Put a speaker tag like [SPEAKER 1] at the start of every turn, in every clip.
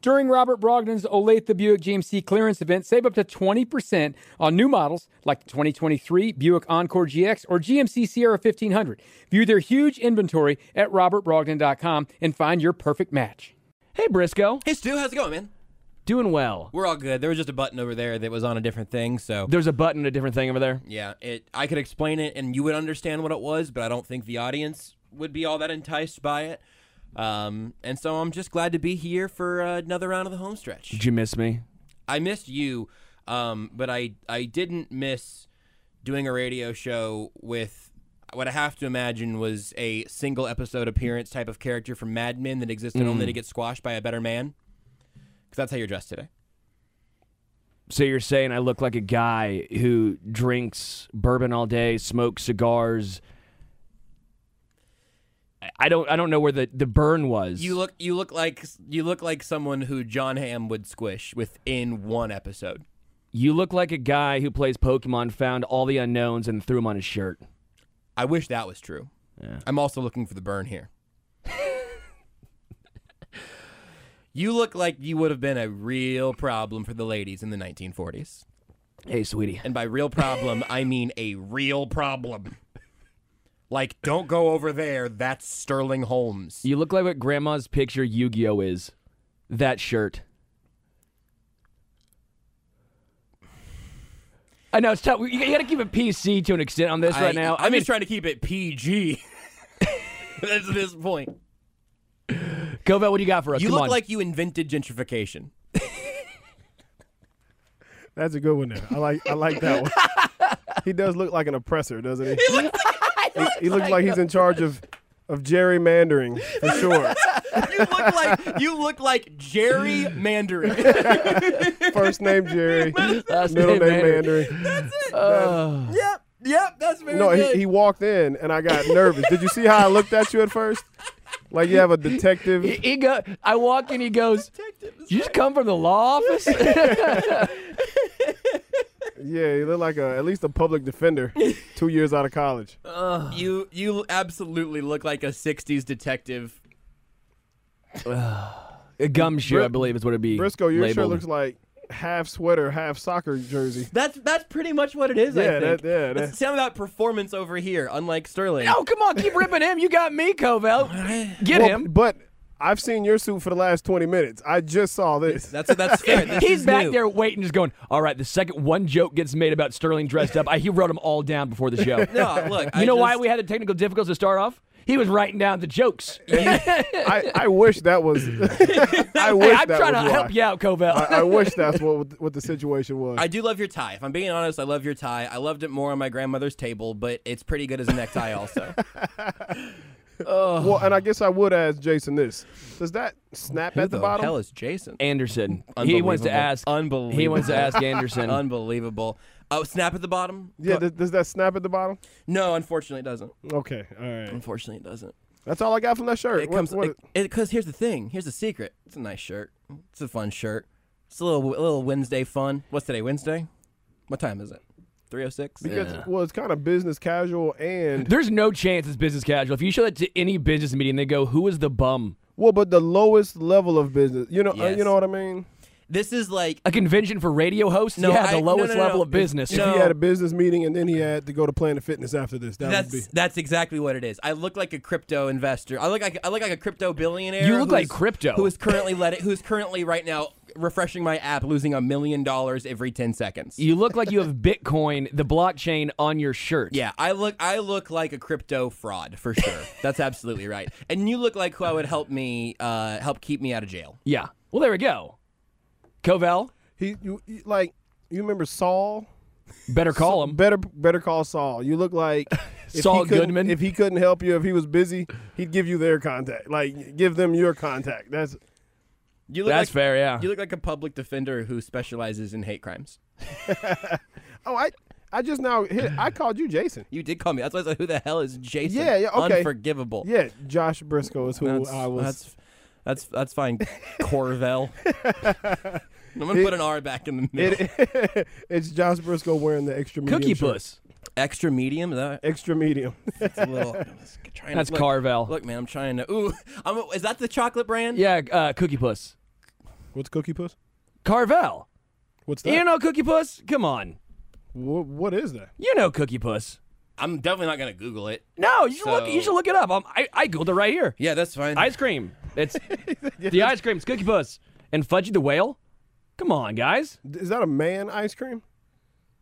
[SPEAKER 1] During Robert Brogdon's Olathe Buick GMC clearance event, save up to 20% on new models like the 2023 Buick Encore GX or GMC Sierra 1500. View their huge inventory at robertbrogdon.com and find your perfect match.
[SPEAKER 2] Hey, Briscoe.
[SPEAKER 3] Hey, Stu, how's it going, man?
[SPEAKER 2] Doing well.
[SPEAKER 3] We're all good. There was just a button over there that was on a different thing, so
[SPEAKER 2] There's a button, a different thing over there.
[SPEAKER 3] yeah, it. I could explain it and you would understand what it was, but I don't think the audience would be all that enticed by it. Um, and so I'm just glad to be here for uh, another round of the homestretch.
[SPEAKER 2] Did you miss me?
[SPEAKER 3] I missed you, um, but I I didn't miss doing a radio show with what I have to imagine was a single episode appearance type of character from Mad Men that existed only to get squashed by a better man. Because that's how you're dressed today.
[SPEAKER 2] So you're saying I look like a guy who drinks bourbon all day, smokes cigars. I- I don't. I don't know where the, the burn was.
[SPEAKER 3] You look you look like you look like someone who John Hamm would squish within one episode.
[SPEAKER 2] You look like a guy who plays Pokemon, found all the unknowns, and threw them on his shirt.
[SPEAKER 3] I wish that was true. I'm also looking for the burn here. you look like you would have been a real problem for the ladies in the 1940s.
[SPEAKER 2] Hey, sweetie.
[SPEAKER 3] And by real problem, I mean a real problem. Like, don't go over there. That's Sterling Holmes.
[SPEAKER 2] You look like what Grandma's picture Yu Gi Oh is. That shirt. I know it's tough. You you gotta keep it PC to an extent on this
[SPEAKER 3] I,
[SPEAKER 2] right now.
[SPEAKER 3] I'm just trying to keep it PG. That's this point.
[SPEAKER 2] Kovac, what do you got for us?
[SPEAKER 3] You
[SPEAKER 2] Come
[SPEAKER 3] look
[SPEAKER 2] on.
[SPEAKER 3] like you invented gentrification.
[SPEAKER 4] That's a good one. There, I like. I like that one. he does look like an oppressor, doesn't he? He looks, like, he's in charge of of gerrymandering for sure.
[SPEAKER 3] You look like you look like gerrymandering.
[SPEAKER 4] First name Jerry,
[SPEAKER 2] Last
[SPEAKER 4] middle name
[SPEAKER 2] name Mandarin.
[SPEAKER 4] Mandarin.
[SPEAKER 3] yep, yep, that's very
[SPEAKER 4] No, he, he walked in and I got nervous. Did you see how I looked at you at first? Like you have a detective.
[SPEAKER 2] He, he go. I walk in. He goes. You just come from the law office.
[SPEAKER 4] Yeah, you look like a at least a public defender. Two years out of college.
[SPEAKER 3] you you absolutely look like a '60s detective.
[SPEAKER 2] a gum shoe,
[SPEAKER 4] Bri-
[SPEAKER 2] I believe, is what it'd be.
[SPEAKER 4] Briscoe, your shirt
[SPEAKER 2] labeled.
[SPEAKER 4] looks like half sweater, half soccer jersey.
[SPEAKER 3] That's that's pretty much what it is. I
[SPEAKER 4] Yeah,
[SPEAKER 3] think.
[SPEAKER 4] that- yeah,
[SPEAKER 3] That's
[SPEAKER 4] that-
[SPEAKER 3] some about performance over here, unlike Sterling.
[SPEAKER 2] Oh come on, keep ripping him. You got me, Kovac. Get
[SPEAKER 4] Well,
[SPEAKER 2] him.
[SPEAKER 4] But I've seen your suit for the last 20 minutes. I just saw this.
[SPEAKER 3] That's that's fair. This
[SPEAKER 2] He's
[SPEAKER 3] is
[SPEAKER 2] back
[SPEAKER 3] new.
[SPEAKER 2] there waiting, just going. All right, the second one joke gets made about Sterling dressed up, I, he wrote them all down before the show.
[SPEAKER 3] No, look.
[SPEAKER 2] you know why we had the technical difficulties to start off? He was writing down the jokes.
[SPEAKER 4] I, I wish that was. I wish
[SPEAKER 2] Hey, I'm
[SPEAKER 4] that
[SPEAKER 2] trying to
[SPEAKER 4] was why.
[SPEAKER 2] help you out, Kovac.
[SPEAKER 4] I, I wish that's what what the situation was.
[SPEAKER 3] I do love your tie. If I'm being honest, I love your tie. I loved it more on my grandmother's table, but it's pretty good as a necktie also.
[SPEAKER 4] well, and I guess I would ask Jason this: Does that snap at the bottom?
[SPEAKER 3] hell is Jason?
[SPEAKER 2] Anderson. He wants to
[SPEAKER 3] Unbelievable.
[SPEAKER 2] ask.
[SPEAKER 3] Unbelievable.
[SPEAKER 2] He wants to ask Anderson.
[SPEAKER 3] Unbelievable. Oh, snap at the bottom?
[SPEAKER 4] yeah, does, does that snap at the bottom?
[SPEAKER 3] No, unfortunately it doesn't.
[SPEAKER 4] Okay, all right.
[SPEAKER 3] Unfortunately it doesn't.
[SPEAKER 4] That's all I got from that shirt.
[SPEAKER 3] Mm. It
[SPEAKER 4] What-
[SPEAKER 3] comes
[SPEAKER 4] what-
[SPEAKER 3] because here's the thing. Here's the secret. It's a nice shirt. It's a fun shirt. It's a little a little Wednesday fun. What's today? Wednesday? What time is it? 306?
[SPEAKER 4] because well, it's kind of business casual and
[SPEAKER 2] There's no chance it's business casual. If you show that to any business meeting, they go, "Who is the bum?"
[SPEAKER 4] well, but the lowest level of business. You know, uh,
[SPEAKER 3] Yes.
[SPEAKER 4] you know what I mean.
[SPEAKER 3] This is like
[SPEAKER 2] A convention for radio hosts?
[SPEAKER 3] No,
[SPEAKER 2] yeah, the
[SPEAKER 3] I- no, no,
[SPEAKER 2] lowest
[SPEAKER 3] no,
[SPEAKER 2] level
[SPEAKER 3] no.
[SPEAKER 2] of business.
[SPEAKER 3] No.
[SPEAKER 4] If he had a business meeting and then he had to go to Planet Fitness after this, that would
[SPEAKER 3] that's
[SPEAKER 4] be.
[SPEAKER 3] that's exactly what it is. I look like a crypto investor. I look like I look like a crypto billionaire.
[SPEAKER 2] You look
[SPEAKER 3] who's-
[SPEAKER 2] like crypto.
[SPEAKER 3] Who is currently let it, Who's currently right now refreshing my app, losing a million dollars every ten seconds.
[SPEAKER 2] You look like you have Bitcoin, the blockchain, on your shirt.
[SPEAKER 3] Yeah, I look I look like a crypto fraud for sure. that's absolutely right. And you look like who I would help me uh, help keep me out of jail.
[SPEAKER 2] Yeah. Well, there we go. Covell,
[SPEAKER 4] He, you, you- like, you remember Saul?
[SPEAKER 2] better call him.
[SPEAKER 4] Better, better call Saul. You look like if he
[SPEAKER 2] Saul
[SPEAKER 4] couldn't-
[SPEAKER 2] Goodman.
[SPEAKER 4] If he couldn't help you, if he was busy, he'd give you their contact. Like, give them your contact. That's
[SPEAKER 3] You look
[SPEAKER 2] That's
[SPEAKER 3] like,
[SPEAKER 2] fair. Yeah.
[SPEAKER 3] You look like a public defender who specializes in hate crimes.
[SPEAKER 4] oh, I, I just now hit. I called you Jason.
[SPEAKER 3] You did call me. That's why I said, "Who the hell is Jason?"
[SPEAKER 4] Yeah, yeah, okay.
[SPEAKER 3] Unforgivable.
[SPEAKER 4] Yeah, Josh Briscoe is who
[SPEAKER 3] that's,
[SPEAKER 4] I was.
[SPEAKER 3] That's that's that's fine. Corvell. I'm gonna put an R back in the middle.
[SPEAKER 4] It, it's Josh Briscoe wearing the extra medium.
[SPEAKER 2] Cookie
[SPEAKER 4] shirt.
[SPEAKER 2] Puss.
[SPEAKER 3] Extra medium. is That
[SPEAKER 4] Extra medium.
[SPEAKER 3] that's a little. I'm just trying
[SPEAKER 2] That's
[SPEAKER 3] to, look,
[SPEAKER 2] Carvel.
[SPEAKER 3] Look, man, I'm trying to. Ooh, I'm, is that the chocolate brand?
[SPEAKER 2] Yeah, uh, Cookie Puss.
[SPEAKER 4] What's Cookie Puss?
[SPEAKER 2] Carvel.
[SPEAKER 4] What's that?
[SPEAKER 2] You know Cookie Puss? Come on.
[SPEAKER 4] Wha- what is that?
[SPEAKER 2] You know Cookie Puss.
[SPEAKER 3] I'm definitely not gonna Google it.
[SPEAKER 2] No, you should, look, you
[SPEAKER 3] So-
[SPEAKER 2] should look it up. Um, I, I Googled it right here.
[SPEAKER 3] Yeah, that's fine.
[SPEAKER 2] Ice cream. It's the ice cream. It's Cookie Puss. And Fudgy the Whale? Come on, guys.
[SPEAKER 4] Is that a man ice cream?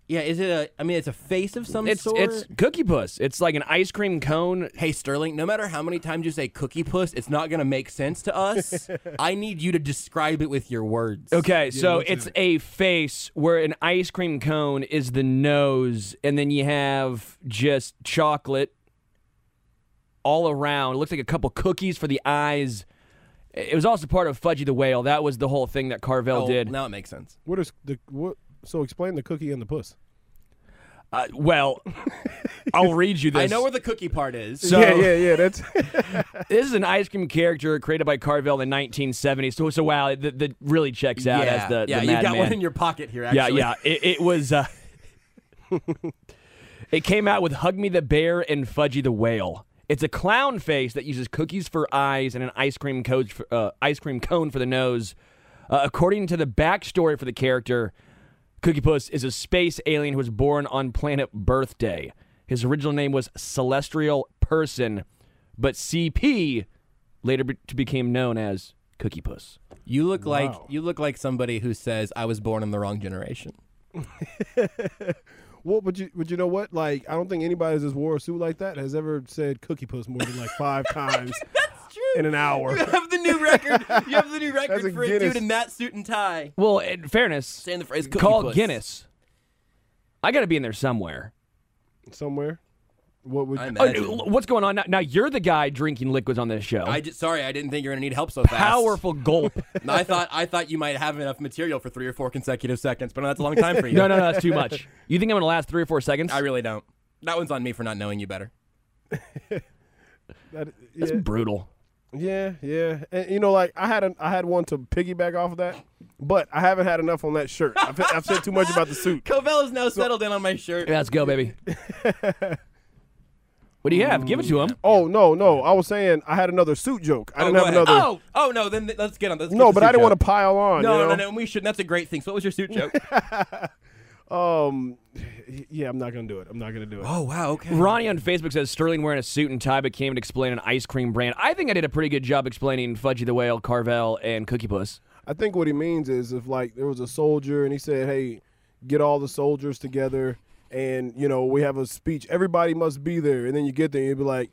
[SPEAKER 3] yeah, is it a? I mean, it's a face of some
[SPEAKER 2] It's
[SPEAKER 3] sort.
[SPEAKER 2] it's Cookie Puss. It's like an ice cream cone.
[SPEAKER 3] Hey Sterling, no matter how many times you say cookie puss, it's not gonna make sense to us. I need you to describe it with your words.
[SPEAKER 2] Okay, so
[SPEAKER 4] what's
[SPEAKER 2] it's a face where an ice cream cone is the nose, and then you have just chocolate all around. It looks like a couple cookies for the eyes. It was also part of Fudgy the Whale. That was the whole thing that Carvel
[SPEAKER 3] Oh,
[SPEAKER 2] did.
[SPEAKER 3] now it makes sense.
[SPEAKER 4] What is the what? So explain the cookie and the puss.
[SPEAKER 2] Uh, well, I'll read you this.
[SPEAKER 3] I know where the cookie part is.
[SPEAKER 2] So-
[SPEAKER 4] yeah, yeah, yeah. That's
[SPEAKER 2] this is an ice cream character created by Carvel in 1970. So, so wow, that that really checks out as the,
[SPEAKER 3] yeah,
[SPEAKER 2] the
[SPEAKER 3] you've
[SPEAKER 2] Mad
[SPEAKER 3] got
[SPEAKER 2] Man.
[SPEAKER 3] one in your pocket here. Actually.
[SPEAKER 2] Yeah, yeah. It, it was. Uh, it came out with "Hug Me the Bear" and "Fudgy the Whale." It's a clown face that uses cookies for eyes and an ice cream cone for, uh, ice cream cone for the nose. Uh, according to the backstory for the character, Cookie Puss is a space alien who was born on planet Birthday. His original name was Celestial Person, but CP later be- became known as Cookie Puss.
[SPEAKER 3] You look like you look like somebody who says I was born in the wrong generation.
[SPEAKER 4] what. But you, but you know what? Like, I don't think anybody that's wore a suit like that has ever said cookie puss more than like five times
[SPEAKER 3] That's true.
[SPEAKER 4] in an hour.
[SPEAKER 3] You have the new record. You have the new record
[SPEAKER 4] That's a
[SPEAKER 3] for a
[SPEAKER 4] Guinness.
[SPEAKER 3] dude in that suit and tie.
[SPEAKER 2] Well, in fairness,
[SPEAKER 3] Saying the phrase cookie
[SPEAKER 2] called
[SPEAKER 3] puss.
[SPEAKER 2] Guinness. I got to be in there somewhere.
[SPEAKER 4] Somewhere. What would?
[SPEAKER 3] I
[SPEAKER 2] Oh,
[SPEAKER 3] imagine.
[SPEAKER 2] l- what's going on now? Now you're the guy drinking liquids on this show.
[SPEAKER 3] I just, sorry, I didn't think you were gonna need help so fast.
[SPEAKER 2] Powerful gulp.
[SPEAKER 3] No, I thought I thought you might have enough material for three or four consecutive seconds, but no, that's a long time for you.
[SPEAKER 2] no, no, no, that's too much. You think I'm gonna last three or four seconds?
[SPEAKER 3] I really don't. That one's on me for not knowing you better.
[SPEAKER 4] that,
[SPEAKER 2] That's
[SPEAKER 4] yeah,
[SPEAKER 2] brutal.
[SPEAKER 4] yeah, yeah. And you know, like I had an, I had one to piggyback off of that, but I haven't had enough on that shirt. I've, I've said too much about the suit.
[SPEAKER 3] Covell is now settled in on my shirt.
[SPEAKER 2] Yeah, let's go, baby. what do you have? Give it to
[SPEAKER 3] Mm.
[SPEAKER 2] him.
[SPEAKER 4] Oh no, no. I was saying I had another suit joke. I
[SPEAKER 3] Oh,
[SPEAKER 4] didn't
[SPEAKER 3] go
[SPEAKER 4] have
[SPEAKER 3] ahead.
[SPEAKER 4] another.
[SPEAKER 2] Oh,
[SPEAKER 3] Oh no, then th- let's get on. Let's
[SPEAKER 4] no, but I didn't want to pile on.
[SPEAKER 3] No,
[SPEAKER 4] you
[SPEAKER 3] no,
[SPEAKER 4] know?
[SPEAKER 3] no, no, we shouldn't. That's a great thing. So, what was your suit joke?
[SPEAKER 4] Um, yeah, I'm not gonna do it. I'm not gonna do it.
[SPEAKER 3] oh wow, okay.
[SPEAKER 2] Ronnie on Facebook says Sterling wearing a suit and tie, but can't explain an ice cream brand. I think I did a pretty good job explaining Fudgy the Whale, Carvel, and Cookie Puss.
[SPEAKER 4] I think what he means is if like there was a soldier and he said, "Hey, get all the soldiers together, and you know we have a speech. Everybody must be there." And then you get there, and you'd be like,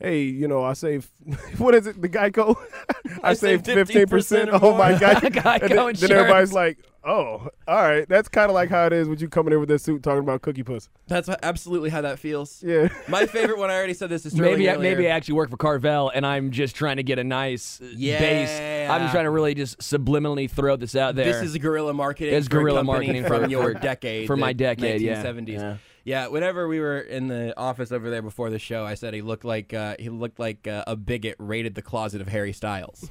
[SPEAKER 4] "Hey, you know, I saved what is it? The Geico? I,
[SPEAKER 3] I
[SPEAKER 4] saved
[SPEAKER 3] saved
[SPEAKER 4] fifteen percent.
[SPEAKER 3] 15% or
[SPEAKER 4] Oh my
[SPEAKER 3] more."
[SPEAKER 4] god!
[SPEAKER 2] Geico
[SPEAKER 4] and then,
[SPEAKER 2] insurance.
[SPEAKER 4] then everybody's like, "Oh, all right." That's kind of like how it is with you coming in with that suit talking about cookie puss.
[SPEAKER 3] That's wha- absolutely how that feels.
[SPEAKER 4] Yeah.
[SPEAKER 3] My favorite one. I already said this. Is Sterling
[SPEAKER 2] Maybe I,
[SPEAKER 3] earlier.
[SPEAKER 2] maybe I actually work for Carvel, and I'm just trying to get a nice uh, base. I'm
[SPEAKER 3] Yeah.
[SPEAKER 2] just trying to really just subliminally throw this out there.
[SPEAKER 3] This is guerrilla marketing.
[SPEAKER 2] It's
[SPEAKER 3] for a
[SPEAKER 2] guerrilla
[SPEAKER 3] company
[SPEAKER 2] marketing
[SPEAKER 3] from
[SPEAKER 2] for-
[SPEAKER 3] your
[SPEAKER 2] for-
[SPEAKER 3] decade.
[SPEAKER 2] for my
[SPEAKER 3] the
[SPEAKER 2] decade, yeah.
[SPEAKER 3] 1970s.
[SPEAKER 2] Yeah.
[SPEAKER 3] Yeah, Whenever we were in the office over there before the show, I said he looked like uh, he looked like uh, a bigot raided the closet of Harry Styles.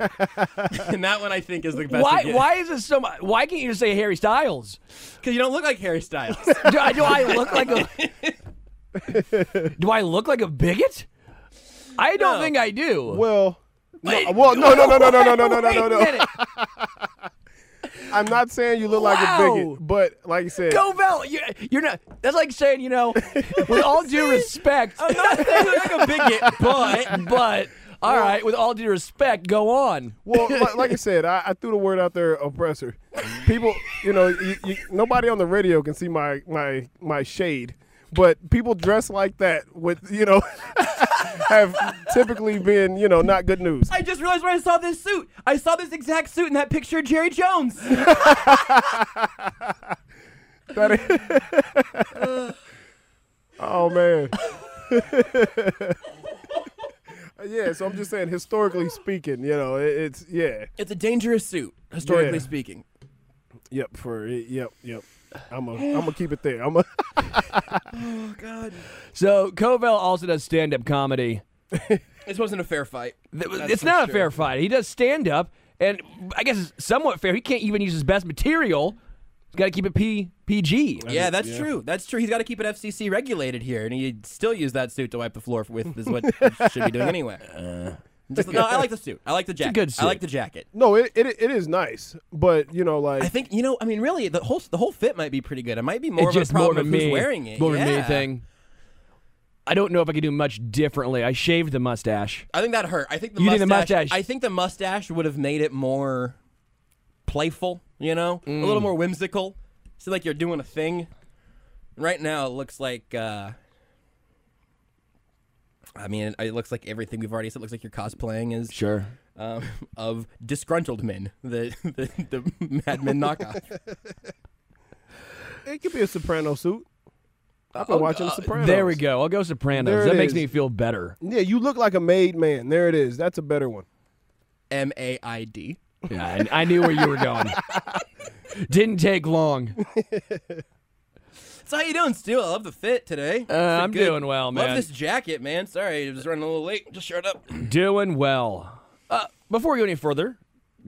[SPEAKER 3] and that one I think is the best.
[SPEAKER 2] why? Why is this so? mu- Why can't you just say Harry Styles?
[SPEAKER 3] Because you don't look like Harry Styles.
[SPEAKER 2] Do, I- do I look like a? do I look like a bigot? I don't
[SPEAKER 3] No.
[SPEAKER 2] think I do.
[SPEAKER 4] Well. No,
[SPEAKER 3] Wait,
[SPEAKER 4] well, no, no, no, no, no, no, no, no,
[SPEAKER 2] Wait
[SPEAKER 4] no,
[SPEAKER 2] a
[SPEAKER 4] no.
[SPEAKER 2] minute.
[SPEAKER 4] I'm not saying you look like a
[SPEAKER 2] Wow.
[SPEAKER 4] bigot, but like I said,
[SPEAKER 2] Go Vel. You're, you're not. That's like saying you know, with all due respect.
[SPEAKER 3] I'm not saying you look like a bigot, but
[SPEAKER 2] but all right, with all due respect, go on.
[SPEAKER 4] Well, like, like I said, I, I threw the word out there, oppressor. People, you know, you, you, nobody on the radio can see my my my shade, but people dressed like that with, you know, have typically been, you know, not good news.
[SPEAKER 3] I just realized when I saw this suit. I saw this exact suit in that picture of Jerry Jones.
[SPEAKER 4] That is- oh man. yeah, so I'm just saying, historically speaking, you know, it, it's yeah,
[SPEAKER 3] It's a dangerous suit, historically
[SPEAKER 4] Yeah.
[SPEAKER 3] speaking.
[SPEAKER 4] yep, for yep, yep. I'm a, I'm gonna keep it there. I'm a,
[SPEAKER 3] Oh God,
[SPEAKER 2] So Covell also does stand-up comedy.
[SPEAKER 3] this wasn't a fair fight.
[SPEAKER 2] Th-
[SPEAKER 3] That's
[SPEAKER 2] it's
[SPEAKER 3] for
[SPEAKER 2] not a
[SPEAKER 3] sure.
[SPEAKER 2] fair fight. He does stand up, and I guess it's somewhat fair. He can't even use his best material. He's got to keep it P- PG.
[SPEAKER 3] Yeah, that's true. That's true. He's got to keep it FCC regulated here, and he'd still use that suit to wipe the floor with, is what he should be doing anyway. Just- no, I like the suit. I like the jacket.
[SPEAKER 2] Uh. good
[SPEAKER 3] I like
[SPEAKER 2] suit.
[SPEAKER 3] the jacket.
[SPEAKER 4] No, it, it it is nice, but you know, like
[SPEAKER 3] I think you know. I mean, really, the whole the whole fit might be pretty good. It might be more
[SPEAKER 2] it's
[SPEAKER 3] of
[SPEAKER 2] just
[SPEAKER 3] a problem
[SPEAKER 2] more of a
[SPEAKER 3] of
[SPEAKER 2] me,
[SPEAKER 3] who's wearing it.
[SPEAKER 2] more of a me
[SPEAKER 3] Yeah.
[SPEAKER 2] thing. I don't know if I could do much differently. I shaved the mustache.
[SPEAKER 3] I think that hurt. I think the
[SPEAKER 2] You
[SPEAKER 3] mustache,
[SPEAKER 2] think the mustache-
[SPEAKER 3] I think the mustache would have made it more playful. You know, a
[SPEAKER 2] Mm.
[SPEAKER 3] little more whimsical. So like you're doing a thing. Right now, it looks like. uh I mean, it looks like everything we've already said. It looks like you're cosplaying as
[SPEAKER 2] Sure.
[SPEAKER 3] um, of disgruntled men, the the, the Mad Men knockoff.
[SPEAKER 4] it could be a soprano suit. I've been watching the Sopranos.
[SPEAKER 2] Oh, uh, There we go. I'll go Sopranos.
[SPEAKER 4] There it
[SPEAKER 2] that makes
[SPEAKER 4] is.
[SPEAKER 2] me feel better.
[SPEAKER 4] Yeah, you look like a made man. There it is. That's a better one.
[SPEAKER 3] M A I D.
[SPEAKER 2] Yeah, I, I knew where you were going. Didn't take long.
[SPEAKER 3] So how you doing, Stu? I love the fit today.
[SPEAKER 2] Uh, I'm doing well, man.
[SPEAKER 3] Love this jacket, man. Sorry, I was running a little late. Just showed up.
[SPEAKER 2] Doing well. Uh, before we go any further,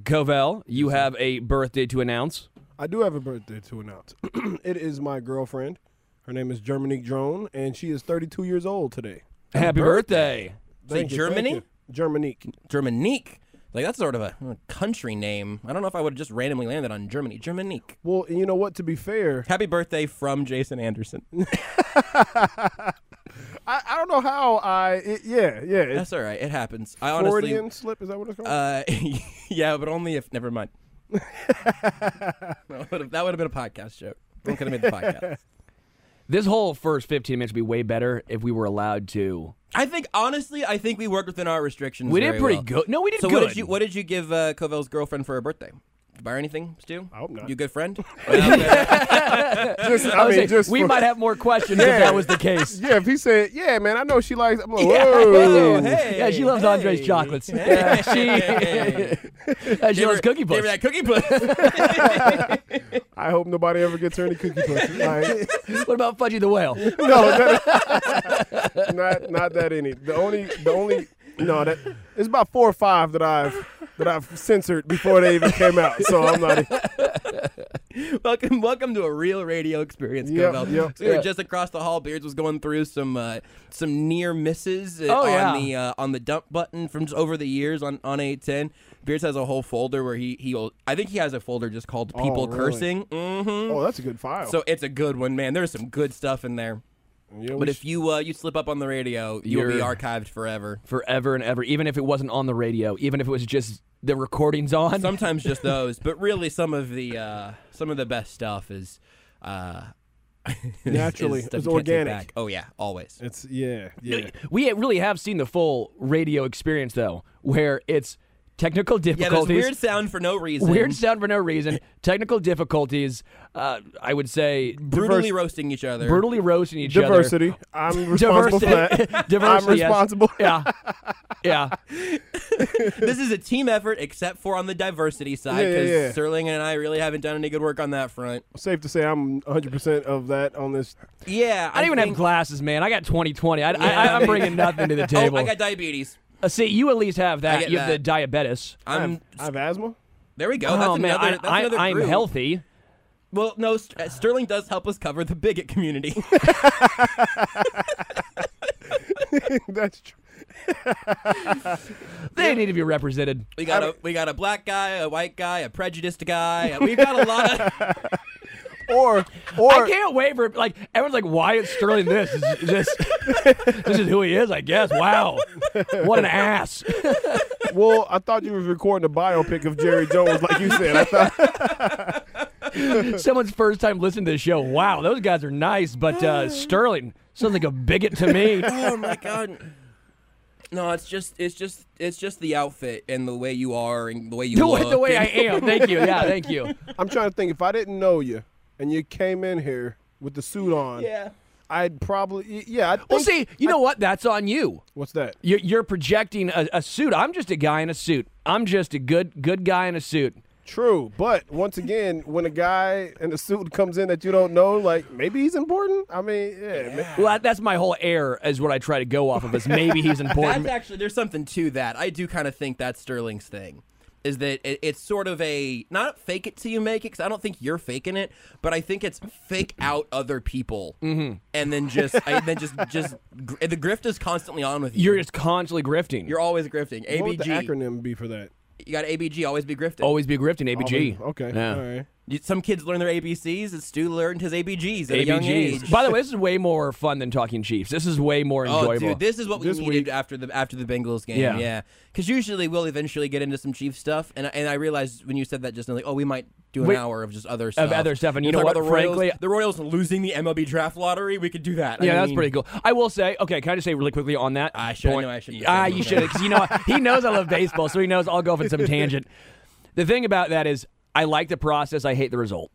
[SPEAKER 2] Covell, you have a birthday to announce.
[SPEAKER 4] I do have a birthday to announce. it is my girlfriend. Her name is Germanique Drone, and she is 32 years old today.
[SPEAKER 2] Happy birthday.
[SPEAKER 3] Say
[SPEAKER 4] Thank you,
[SPEAKER 3] Germany?
[SPEAKER 4] thank you. Germanique.
[SPEAKER 3] Germanique. Like that's sort of a, a country name. I don't know if I would have just randomly landed on Germany. Germanique.
[SPEAKER 4] Well, you know what? To be fair,
[SPEAKER 3] Happy birthday from Jason Anderson.
[SPEAKER 4] I, I don't know how I. It, yeah, yeah. It's
[SPEAKER 3] That's all right. It happens. I honestly.
[SPEAKER 4] Freudian slip. Is that what it's called?
[SPEAKER 3] Uh, yeah, but only if. Never mind. that would have been a podcast joke. I could have made the podcast.
[SPEAKER 2] This whole first 15 minutes would be way better if we were allowed to.
[SPEAKER 3] I think honestly, I think we worked within our restrictions.
[SPEAKER 2] We did
[SPEAKER 3] very
[SPEAKER 2] pretty
[SPEAKER 3] well.
[SPEAKER 2] good. No, we did
[SPEAKER 3] So
[SPEAKER 2] good.
[SPEAKER 3] what did you what did you give uh, Covell's girlfriend for her birthday? Did you buy her anything, Stu? I
[SPEAKER 2] Oh,
[SPEAKER 4] hope not.
[SPEAKER 3] You a good friend? Well,
[SPEAKER 4] just,
[SPEAKER 2] I
[SPEAKER 4] I
[SPEAKER 2] was
[SPEAKER 4] mean,
[SPEAKER 2] saying,
[SPEAKER 4] just
[SPEAKER 2] we
[SPEAKER 4] for-
[SPEAKER 2] might have more questions if that was the case.
[SPEAKER 4] Yeah, if he said, "Yeah, man, I know she likes," I'm like,
[SPEAKER 3] oh,
[SPEAKER 4] "Whoa,
[SPEAKER 3] hey,
[SPEAKER 2] yeah, she loves Andre's
[SPEAKER 3] hey.
[SPEAKER 2] chocolates. Yeah, she, Yeah, she
[SPEAKER 3] Give
[SPEAKER 2] loves
[SPEAKER 3] her-
[SPEAKER 2] cookie
[SPEAKER 3] Give
[SPEAKER 2] puffs.
[SPEAKER 3] her that cookie puss.
[SPEAKER 4] I hope nobody ever gets her any cookie pussy." Like,
[SPEAKER 2] What about Fudgy the Whale?
[SPEAKER 4] no, that- not not that any. The only the only no that it's about four or five that I've that I've censored before they even came out. So I'm not. e-,
[SPEAKER 3] welcome, welcome to a real radio experience,
[SPEAKER 4] Yep,
[SPEAKER 3] Covell.
[SPEAKER 4] yep.
[SPEAKER 3] so we were
[SPEAKER 2] Yeah.
[SPEAKER 3] just across the hall. Beards was going through some uh, some near misses uh,
[SPEAKER 2] Oh,
[SPEAKER 3] on
[SPEAKER 2] yeah.
[SPEAKER 3] the uh, on the dump button from just over the years on on eight ten. Beards has a whole folder where he he I think he has a folder just called
[SPEAKER 2] Oh,
[SPEAKER 3] people
[SPEAKER 4] really?
[SPEAKER 3] cursing. Mm-hmm.
[SPEAKER 4] Oh, that's a good file.
[SPEAKER 3] So it's a good one, man. There's some good stuff in there.
[SPEAKER 4] Yeah, we
[SPEAKER 3] But
[SPEAKER 4] sh-
[SPEAKER 3] if you uh, you slip up on the radio, you'll be
[SPEAKER 2] You're-
[SPEAKER 3] archived forever.
[SPEAKER 2] Forever and ever, even if it wasn't on the radio, even if it was just the recordings on.
[SPEAKER 3] Sometimes just those, but really some of the uh, some of the best stuff is uh, is-
[SPEAKER 4] Naturally.
[SPEAKER 3] stuff
[SPEAKER 4] It's
[SPEAKER 3] you can't take
[SPEAKER 4] organic.
[SPEAKER 3] back. Oh yeah, always.
[SPEAKER 4] it's yeah yeah.
[SPEAKER 2] we really have seen the full radio experience, though, where it's technical
[SPEAKER 3] Yeah, there's
[SPEAKER 2] difficulties.
[SPEAKER 3] weird sound for no reason.
[SPEAKER 2] weird sound for no reason, technical difficulties. Uh, I would say
[SPEAKER 3] brutally roasting each other.
[SPEAKER 2] brutally roasting each
[SPEAKER 4] Diversity. I'm
[SPEAKER 2] other.
[SPEAKER 4] responsible for that.
[SPEAKER 2] Diversity.
[SPEAKER 4] I'm
[SPEAKER 2] yes.
[SPEAKER 4] responsible.
[SPEAKER 2] Yeah, yeah.
[SPEAKER 3] this is a team effort, except for on the diversity side,
[SPEAKER 4] Yeah, yeah,
[SPEAKER 3] because
[SPEAKER 4] yeah.
[SPEAKER 3] Sterling and I really haven't done any good work on that front.
[SPEAKER 4] Safe to say, I'm 100 percent of that on this.
[SPEAKER 3] Yeah,
[SPEAKER 2] I don't even have
[SPEAKER 3] think-
[SPEAKER 2] glasses, man. I got 2020. I, I,
[SPEAKER 3] Yeah.
[SPEAKER 2] I'm bringing nothing to the
[SPEAKER 3] Oh,
[SPEAKER 2] table.
[SPEAKER 3] I got diabetes.
[SPEAKER 2] Uh, see, you at least have that.
[SPEAKER 3] get
[SPEAKER 2] You have the diabetes.
[SPEAKER 3] I'm.
[SPEAKER 4] I have asthma.
[SPEAKER 3] There we go.
[SPEAKER 2] oh
[SPEAKER 3] that's
[SPEAKER 2] man,
[SPEAKER 3] another, that's
[SPEAKER 2] I,
[SPEAKER 3] another
[SPEAKER 2] I, I'm
[SPEAKER 3] group.
[SPEAKER 2] healthy.
[SPEAKER 3] Well, no, St- uh, Sterling does help us cover the bigot community.
[SPEAKER 4] that's true.
[SPEAKER 2] They need to be represented.
[SPEAKER 3] We got a we got a black guy, a white guy, a prejudiced guy. We've got a lot of
[SPEAKER 4] Or or
[SPEAKER 2] I can't wait for like everyone's like, why is Sterling this? Is this this is who he is, I guess. Wow, what an ass.
[SPEAKER 4] well, I thought you was recording a biopic of Jerry Jones, like you said. I thought.
[SPEAKER 2] Someone's first time listening to the show. Wow, those guys are nice, but uh, Sterling sounds like a bigot to me.
[SPEAKER 3] Oh my god. No, it's just it's just it's just the outfit and the way you are and the way you
[SPEAKER 2] the, way,
[SPEAKER 3] look.
[SPEAKER 2] the way I am.
[SPEAKER 3] and-
[SPEAKER 2] Thank you. Yeah, thank you.
[SPEAKER 4] I'm trying to think. If I didn't know you and you came in here with the suit on,
[SPEAKER 3] Yeah.
[SPEAKER 4] I'd probably y- yeah. I think,
[SPEAKER 2] Well, see, you know what? That's on you.
[SPEAKER 4] what's that?
[SPEAKER 2] You're, you're projecting a, a suit. I'm just a guy in a suit. I'm just a good good guy in a suit.
[SPEAKER 4] True, but once again, when a guy in a suit comes in that you don't know, like maybe he's important. I mean, yeah, ma-
[SPEAKER 2] Well, that- that's my whole air is what I try to go off of. Is maybe he's
[SPEAKER 3] That's
[SPEAKER 2] important.
[SPEAKER 3] actually there's something to that. I do kind of think that's Sterling's thing. is that it, it's sort of a not fake it till you make it because I don't think you're faking it, but I think it's fake out other people
[SPEAKER 4] Mm-hmm.
[SPEAKER 3] and then just I, then just just gr- the grift is constantly on with you.
[SPEAKER 2] You're just constantly grifting.
[SPEAKER 3] You're always grifting.
[SPEAKER 4] What would the
[SPEAKER 3] ABG.
[SPEAKER 4] acronym Oh. be for that?
[SPEAKER 3] You got ABG. Always be grifting.
[SPEAKER 2] always be grifting, ABG.
[SPEAKER 4] Okay.
[SPEAKER 2] Yeah.
[SPEAKER 4] All right.
[SPEAKER 3] You- Some kids learn their ABCs. And Stu learned his ABGs at a young age.
[SPEAKER 2] ABGs. By the way, this is way more fun than talking Chiefs. This is way more
[SPEAKER 3] Oh,
[SPEAKER 2] enjoyable.
[SPEAKER 3] dude, this is what we
[SPEAKER 4] This
[SPEAKER 3] needed
[SPEAKER 4] week-
[SPEAKER 3] after the after the Bengals game.
[SPEAKER 2] Yeah.
[SPEAKER 3] Yeah, because usually we'll eventually get into some Chiefs stuff, and I- and I realized when you said that just now, like, oh, we might do an
[SPEAKER 2] Wait,
[SPEAKER 3] hour of just other stuff.
[SPEAKER 2] other stuff, and you
[SPEAKER 3] We'll
[SPEAKER 2] know
[SPEAKER 3] talk
[SPEAKER 2] what?
[SPEAKER 3] about The Royals,
[SPEAKER 2] Frankly-
[SPEAKER 3] the Royals losing the MLB draft lottery, we could do that. I
[SPEAKER 2] yeah, that's
[SPEAKER 3] mean,
[SPEAKER 2] pretty cool. I will say, okay, can I just say really quickly on that?
[SPEAKER 3] I should- I
[SPEAKER 2] point?
[SPEAKER 3] know I shouldn't have said
[SPEAKER 2] Ah,
[SPEAKER 3] that.
[SPEAKER 2] you should, because you know what? he knows I love baseball, so he knows I'll go off on some tangent. The thing about that is, I like the process. I hate the result.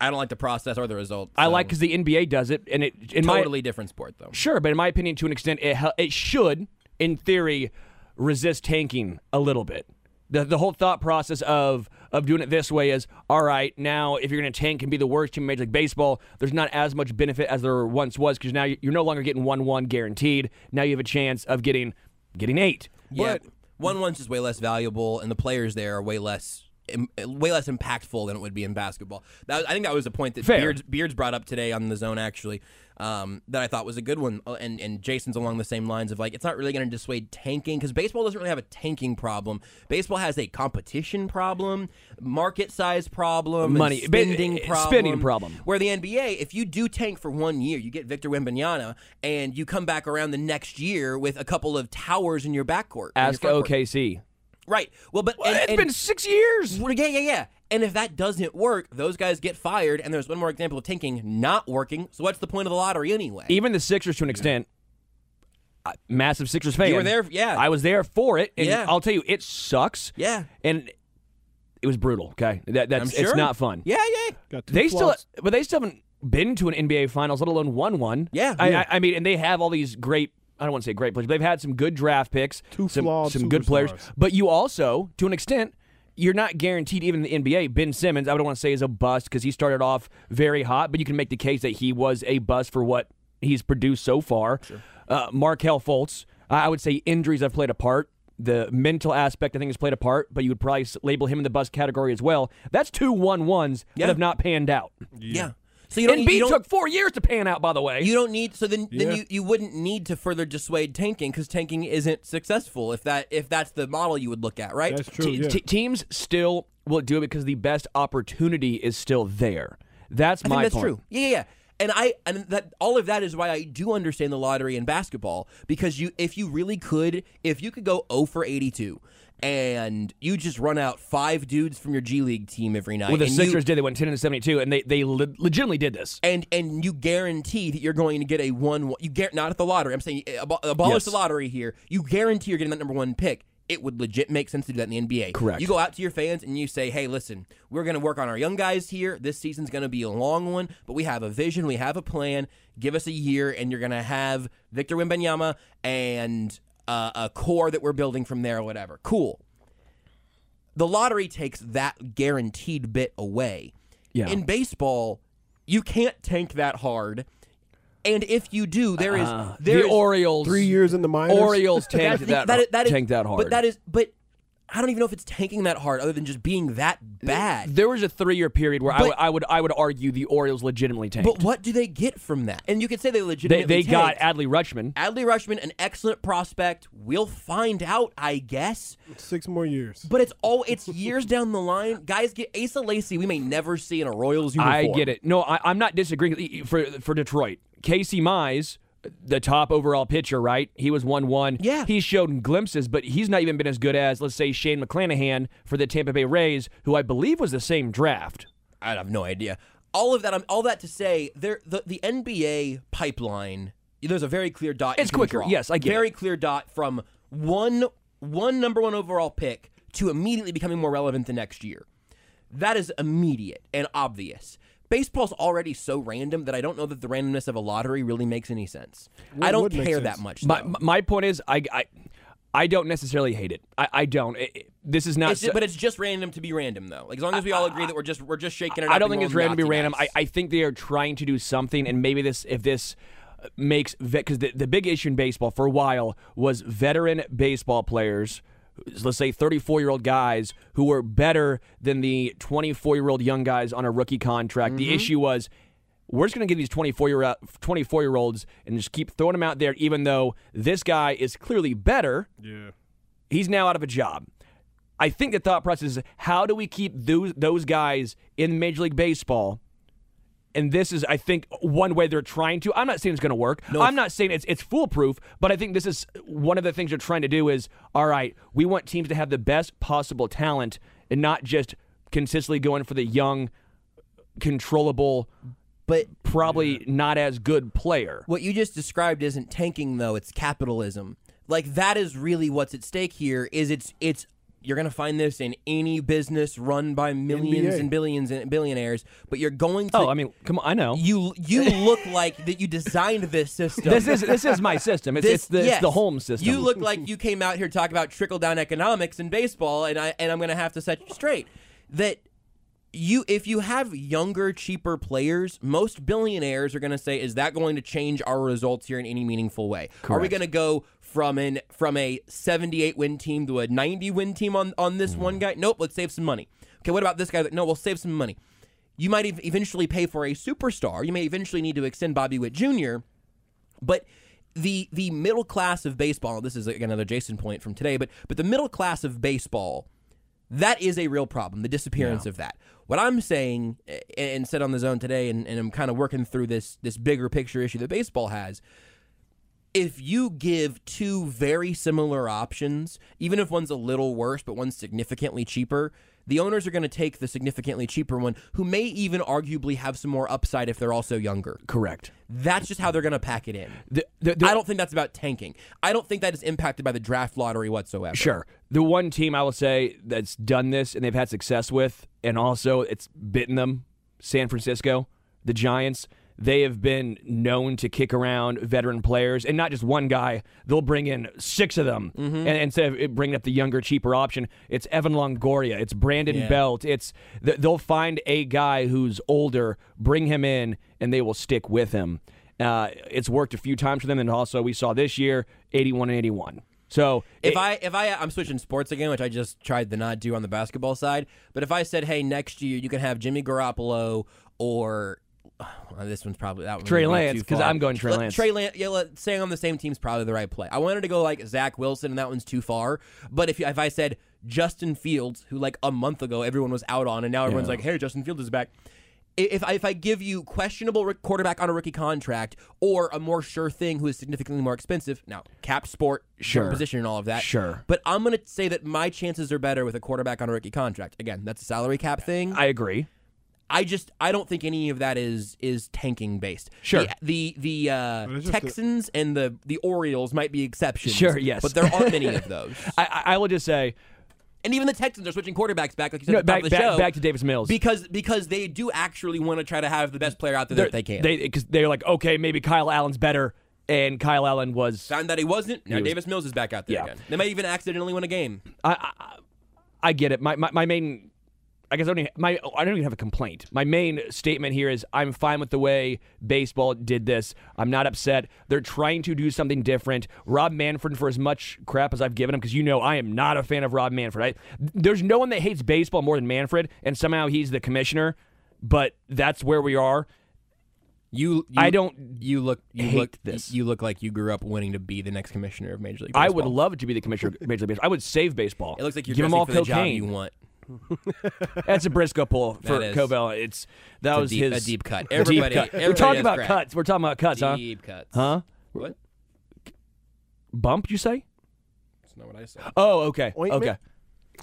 [SPEAKER 3] I don't like the process or the result.
[SPEAKER 2] I
[SPEAKER 3] so.
[SPEAKER 2] like because the NBA does it, and it in my
[SPEAKER 3] Oh. totally different sport though.
[SPEAKER 2] Sure, but in my opinion, to an extent, it hel- it should, in theory, resist tanking a little bit. The the whole thought process of of doing it this way is all right. Now, if you're going to tank and be the worst team in Major League Baseball, there's not as much benefit as there once was because now you- you're no longer getting one one guaranteed. Now you have a chance of getting getting eight.
[SPEAKER 3] But one one's just way less valuable, and the players there are way less. im- Way less impactful than it would be in basketball. That was, I think that was a point that
[SPEAKER 2] Fair.
[SPEAKER 3] Beards, Beards brought up today on the zone, actually, um, that I thought was a good one. Uh, And and Jason's along the same lines of like it's not really going to dissuade tanking because baseball doesn't really have a tanking problem. Baseball has a competition problem, market size problem, and
[SPEAKER 2] Money- ba-
[SPEAKER 3] spending
[SPEAKER 2] uh,
[SPEAKER 3] problem,
[SPEAKER 2] spending problem.
[SPEAKER 3] where the NBA, if you do tank for one year, you get Victor Wembanyama, and you come back around the next year with a couple of towers in your backcourt. in your
[SPEAKER 2] Ask
[SPEAKER 3] frontcourt.
[SPEAKER 2] OKC.
[SPEAKER 3] Right. Well, but and,
[SPEAKER 2] It's
[SPEAKER 3] and-
[SPEAKER 2] been six years.
[SPEAKER 3] well, yeah, yeah, yeah. And if that doesn't work, those guys get fired. And there's one more example of tanking not working. So what's the point of the lottery anyway?
[SPEAKER 2] Even the Sixers, to an extent, I- massive Sixers fan.
[SPEAKER 3] were there- yeah.
[SPEAKER 2] I was there for it, and
[SPEAKER 3] Yeah.
[SPEAKER 2] I'll tell you, it sucks.
[SPEAKER 3] Yeah.
[SPEAKER 2] and it was brutal. Okay, that that's
[SPEAKER 3] I'm sure.
[SPEAKER 2] it's not fun.
[SPEAKER 3] Yeah, yeah.
[SPEAKER 4] Got two
[SPEAKER 2] they still,
[SPEAKER 4] flops.
[SPEAKER 2] but they still haven't been to an NBA Finals, let alone won one.
[SPEAKER 3] Yeah.
[SPEAKER 2] I, I, I mean, and they have all these great. I don't want to say great players. But they've had some good draft picks,
[SPEAKER 4] Two
[SPEAKER 2] some
[SPEAKER 4] flawed
[SPEAKER 2] some good players.
[SPEAKER 4] superstars.
[SPEAKER 2] But you also, to an extent, you're not guaranteed. Even in the NBA, Ben Simmons, I would want to say is a bust because he started off very hot, but you can make the case that he was a bust for what he's produced so far. Uh, Markel Fultz, I I would say injuries have played a part. The mental aspect, I think, has played a part, but you would probably s- label him in the bust category as well. That's two one ones that have not panned out.
[SPEAKER 3] Yeah. So you don't,
[SPEAKER 2] and
[SPEAKER 3] you
[SPEAKER 2] B
[SPEAKER 3] don't
[SPEAKER 2] took four years to pan out, by the way.
[SPEAKER 3] you don't need so then
[SPEAKER 4] Yeah.
[SPEAKER 3] then you, you wouldn't need to further dissuade tanking because tanking isn't successful if that if that's the model you would look at, right?
[SPEAKER 4] That's true.
[SPEAKER 2] Te-
[SPEAKER 4] yeah.
[SPEAKER 2] te- teams still will do it because the best opportunity is still there. That's
[SPEAKER 3] I
[SPEAKER 2] my
[SPEAKER 3] think that's
[SPEAKER 2] point.
[SPEAKER 3] true. Yeah, yeah, yeah. And I and that all of that is why I do understand the lottery in basketball because you if you really could if you could go 0 for 82 and you just run out five dudes from your G League team every night
[SPEAKER 2] Well, the
[SPEAKER 3] and
[SPEAKER 2] Sixers
[SPEAKER 3] you,
[SPEAKER 2] did. They went ten and seventy-two, and they they le- legitimately did this.
[SPEAKER 3] and and you guarantee that you're going to get a one you gar- not at the lottery I'm saying eh, abo- abolish
[SPEAKER 2] Yes.
[SPEAKER 3] the lottery here you guarantee you're getting that number one pick it would legit make sense to do that in the NBA
[SPEAKER 2] Correct.
[SPEAKER 3] you go out to your fans and you say hey listen we're going to work on our young guys here this season's going to be a long one but we have a vision we have a plan give us a year and you're going to have Victor Wembanyama and uh, a core that we're building from there or whatever cool the lottery takes that guaranteed bit away.
[SPEAKER 2] Yeah.
[SPEAKER 3] In baseball, you can't tank that hard. And if you do, there is there
[SPEAKER 2] Uh-huh. the
[SPEAKER 3] is-
[SPEAKER 2] Orioles
[SPEAKER 4] Three years in the minors.
[SPEAKER 2] Orioles
[SPEAKER 3] that's
[SPEAKER 2] tanked
[SPEAKER 3] the-
[SPEAKER 2] that,
[SPEAKER 3] is- is-
[SPEAKER 2] tanked that hard.
[SPEAKER 3] But that is but I don't even know if it's tanking that hard other than just being that bad.
[SPEAKER 2] there was a three-year period where I
[SPEAKER 3] But-
[SPEAKER 2] would- I would I would argue the Orioles legitimately tanked.
[SPEAKER 3] But what do they get from that? And you could say they
[SPEAKER 2] they
[SPEAKER 3] legitimately
[SPEAKER 2] they got
[SPEAKER 3] tanked.
[SPEAKER 2] Adley Rutschman.
[SPEAKER 3] Adley Rushman, an excellent prospect. We'll find out, I guess.
[SPEAKER 4] Six more years.
[SPEAKER 3] But it's all it's years down the line. Guys get Asa Lacey, we may never see in a Royals uniform.
[SPEAKER 2] I get it. No, I, I'm not disagreeing for for Detroit. Casey Mize, the top overall pitcher, right? He was one one.
[SPEAKER 3] Yeah.
[SPEAKER 2] he's shown glimpses, but he's not even been as good as let's say Shane McClanahan for the Tampa Bay Rays, who I believe was the same draft.
[SPEAKER 3] I have no idea. All of that, I'm all that to say, there the, the NBA pipeline. There's a very clear dot. you
[SPEAKER 2] It's
[SPEAKER 3] can
[SPEAKER 2] quicker.
[SPEAKER 3] draw.
[SPEAKER 2] Yes, I get
[SPEAKER 3] Very clear dot from one one number one overall pick to immediately becoming more relevant the next year. That is immediate and obvious. Baseball's already so random that I don't know that the randomness of a lottery really makes any sense. I don't
[SPEAKER 4] would make
[SPEAKER 3] care
[SPEAKER 4] sense?
[SPEAKER 3] that much.
[SPEAKER 2] My
[SPEAKER 3] though.
[SPEAKER 2] my point is, I I, I don't necessarily hate it. I, I don't. It- it- this is not.
[SPEAKER 3] It's-
[SPEAKER 2] so-
[SPEAKER 3] but it's just random to be random, though. Like, as long as we all agree that we're just we're just shaking it. up
[SPEAKER 2] I don't
[SPEAKER 3] and
[SPEAKER 2] think it's random to
[SPEAKER 3] rolling
[SPEAKER 2] be
[SPEAKER 3] the
[SPEAKER 2] random.
[SPEAKER 3] dots,
[SPEAKER 2] I,
[SPEAKER 3] guys.
[SPEAKER 2] I think they are trying to do something, and maybe this, if this uh, makes, because the, the big issue in baseball for a while was veteran baseball players let's say 34 year old guys who were better than the 24 year old young guys on a rookie contract. The issue was we're just going to get these 24 year 24 year olds and just keep throwing them out there, even though this guy is clearly better.
[SPEAKER 4] Yeah.
[SPEAKER 2] He's now out of a job. I think the thought process is how do we keep those those guys in Major League Baseball? And this is, I think, one way they're trying to. I'm not saying it's going to work. I'm not saying it's it's foolproof, but I think this is one of the things they're trying to do is all right. We want teams to have the best possible talent and not just consistently going for the young, controllable,
[SPEAKER 3] But
[SPEAKER 2] probably not as good player.
[SPEAKER 3] What you just described isn't tanking though, it's capitalism. Like that is really what's at stake here is it's it's you're going to find this in any business run by millions
[SPEAKER 4] NBA.
[SPEAKER 3] and billions and billionaires, but you're going to
[SPEAKER 2] Oh, I mean, come on, I know.
[SPEAKER 3] you you look like that you designed this system.
[SPEAKER 2] This is this is my system. It's,
[SPEAKER 3] This-
[SPEAKER 2] it's the it's
[SPEAKER 3] yes.
[SPEAKER 2] the home system.
[SPEAKER 3] You look like you came out here talking about trickle down economics in baseball, and I and I'm gonna have to set you straight that you if you have younger, cheaper players, most billionaires are gonna say, is that going to change our results here in any meaningful way? Are we gonna go from an from a 78 win team to a 90 win team on on
[SPEAKER 2] Mm.
[SPEAKER 3] this one guy? Nope. Let's save some money. Okay, what about this guy? No, we'll save some money. You might ev- eventually pay for a superstar. You may eventually need to extend Bobby Witt Jr. But the the middle class of baseball, this is again another Jason point from today, but but the middle class of baseball, that is a real problem, the disappearance of that. What I'm saying eh, and said on the zone today, and, and I'm kind of working through this this bigger picture issue that baseball has, if you give two very similar options, even if one's a little worse but one's significantly cheaper, the owners are going to take the significantly cheaper one, who may even arguably have some more upside if they're also younger.
[SPEAKER 2] correct.
[SPEAKER 3] That's just how they're going to pack it in.
[SPEAKER 2] The, the, the,
[SPEAKER 3] I don't think that's about tanking. I don't think that is impacted by the draft lottery whatsoever.
[SPEAKER 2] Sure. The one team I will say that's done this and they've had success with, and also it's bitten them, San Francisco, the Giants. They have been known to kick around veteran players, and not just one guy. They'll bring in six of them, and instead of it bringing up the younger, cheaper option, it's Evan Longoria, it's Brandon Belt, it's th- they'll find a guy who's older, bring him in, and they will stick with him. Uh, it's worked a few times for them, and also we saw this year, eighty-one and eighty-one. So
[SPEAKER 3] If
[SPEAKER 2] it-
[SPEAKER 3] I if I I'm switching sports again, which I just tried to not do on the basketball side, but if I said, "Hey, next year you can have Jimmy Garoppolo or well, this one's probably that one
[SPEAKER 2] Trey
[SPEAKER 3] would be
[SPEAKER 2] Lance,
[SPEAKER 3] too
[SPEAKER 2] 'cause
[SPEAKER 3] far.
[SPEAKER 2] I'm going Trey
[SPEAKER 3] Let-
[SPEAKER 2] Lance.
[SPEAKER 3] Trey Lance, yeah, let, saying on the same team's probably the right play. I wanted to go like Zach Wilson, and that one's too far. But if you- if I said Justin Fields, who like a month ago everyone was out on, and now everyone's like, "Hey, Justin Fields is back." I- If I, if I give you questionable ri- quarterback on a rookie contract or a more sure thing who is significantly more expensive, now cap sport, sure position and all of that,
[SPEAKER 2] Sure.
[SPEAKER 3] But I'm gonna say that my chances are better with a quarterback on a rookie contract. Again, that's a salary cap thing.
[SPEAKER 2] I agree.
[SPEAKER 3] I just I don't think any of that is is tanking based.
[SPEAKER 2] Sure.
[SPEAKER 3] The the, the uh,
[SPEAKER 4] it's just a-
[SPEAKER 3] Texans and the the Orioles might be exceptions.
[SPEAKER 2] Sure, yes.
[SPEAKER 3] But there aren't many of those.
[SPEAKER 2] I, I- I will just say,
[SPEAKER 3] And even the Texans are switching quarterbacks back, like you said
[SPEAKER 2] no,
[SPEAKER 3] at the top
[SPEAKER 2] back,
[SPEAKER 3] of the
[SPEAKER 2] back,
[SPEAKER 3] show,
[SPEAKER 2] back to Davis Mills.
[SPEAKER 3] because because they do actually want to try to have the best player out there that they can.
[SPEAKER 2] They because they're like, okay, maybe Kyle Allen's better, and Kyle Allen was. I,
[SPEAKER 3] Found that he wasn't. Now
[SPEAKER 2] was-
[SPEAKER 3] Davis Mills is back out there
[SPEAKER 2] Yeah.
[SPEAKER 3] again. They might even accidentally win a game.
[SPEAKER 2] I, I- I get it. My, my my main, I guess I don't even, my I don't even have a complaint. My main statement here is I'm fine with the way baseball did this. I'm not upset. They're trying to do something different. Rob Manfred, for as much crap as I've given him, because you know I am not a fan of Rob Manfred. I, there's no one that hates baseball more than Manfred, and somehow he's the commissioner. But that's where we are.
[SPEAKER 3] You,
[SPEAKER 2] I don't
[SPEAKER 3] You look. You
[SPEAKER 2] hate
[SPEAKER 3] look.
[SPEAKER 2] this.
[SPEAKER 3] You look like you grew up wanting to be the next commissioner of Major League.
[SPEAKER 2] I would
[SPEAKER 3] Baseball.
[SPEAKER 2] love to be the commissioner of Major League Baseball. I would save baseball.
[SPEAKER 3] It looks like you're
[SPEAKER 2] give them
[SPEAKER 3] dressing
[SPEAKER 2] all
[SPEAKER 3] for the job
[SPEAKER 2] cocaine.
[SPEAKER 3] you want.
[SPEAKER 2] That's a Briscoe pull for
[SPEAKER 3] That is.
[SPEAKER 2] Cobell. It's that
[SPEAKER 3] a
[SPEAKER 2] was
[SPEAKER 3] deep-
[SPEAKER 2] his
[SPEAKER 3] a deep cut.
[SPEAKER 2] A deep
[SPEAKER 3] Everybody-
[SPEAKER 2] cut. We're
[SPEAKER 3] everybody
[SPEAKER 2] talking
[SPEAKER 3] has
[SPEAKER 2] about
[SPEAKER 3] crack.
[SPEAKER 2] cuts. We're talking about cuts, huh?
[SPEAKER 3] Deep cuts.
[SPEAKER 2] Huh?
[SPEAKER 3] What?
[SPEAKER 2] Bump? You say?
[SPEAKER 3] That's not what I said.
[SPEAKER 2] Oh, okay,
[SPEAKER 4] Ointment?
[SPEAKER 2] okay.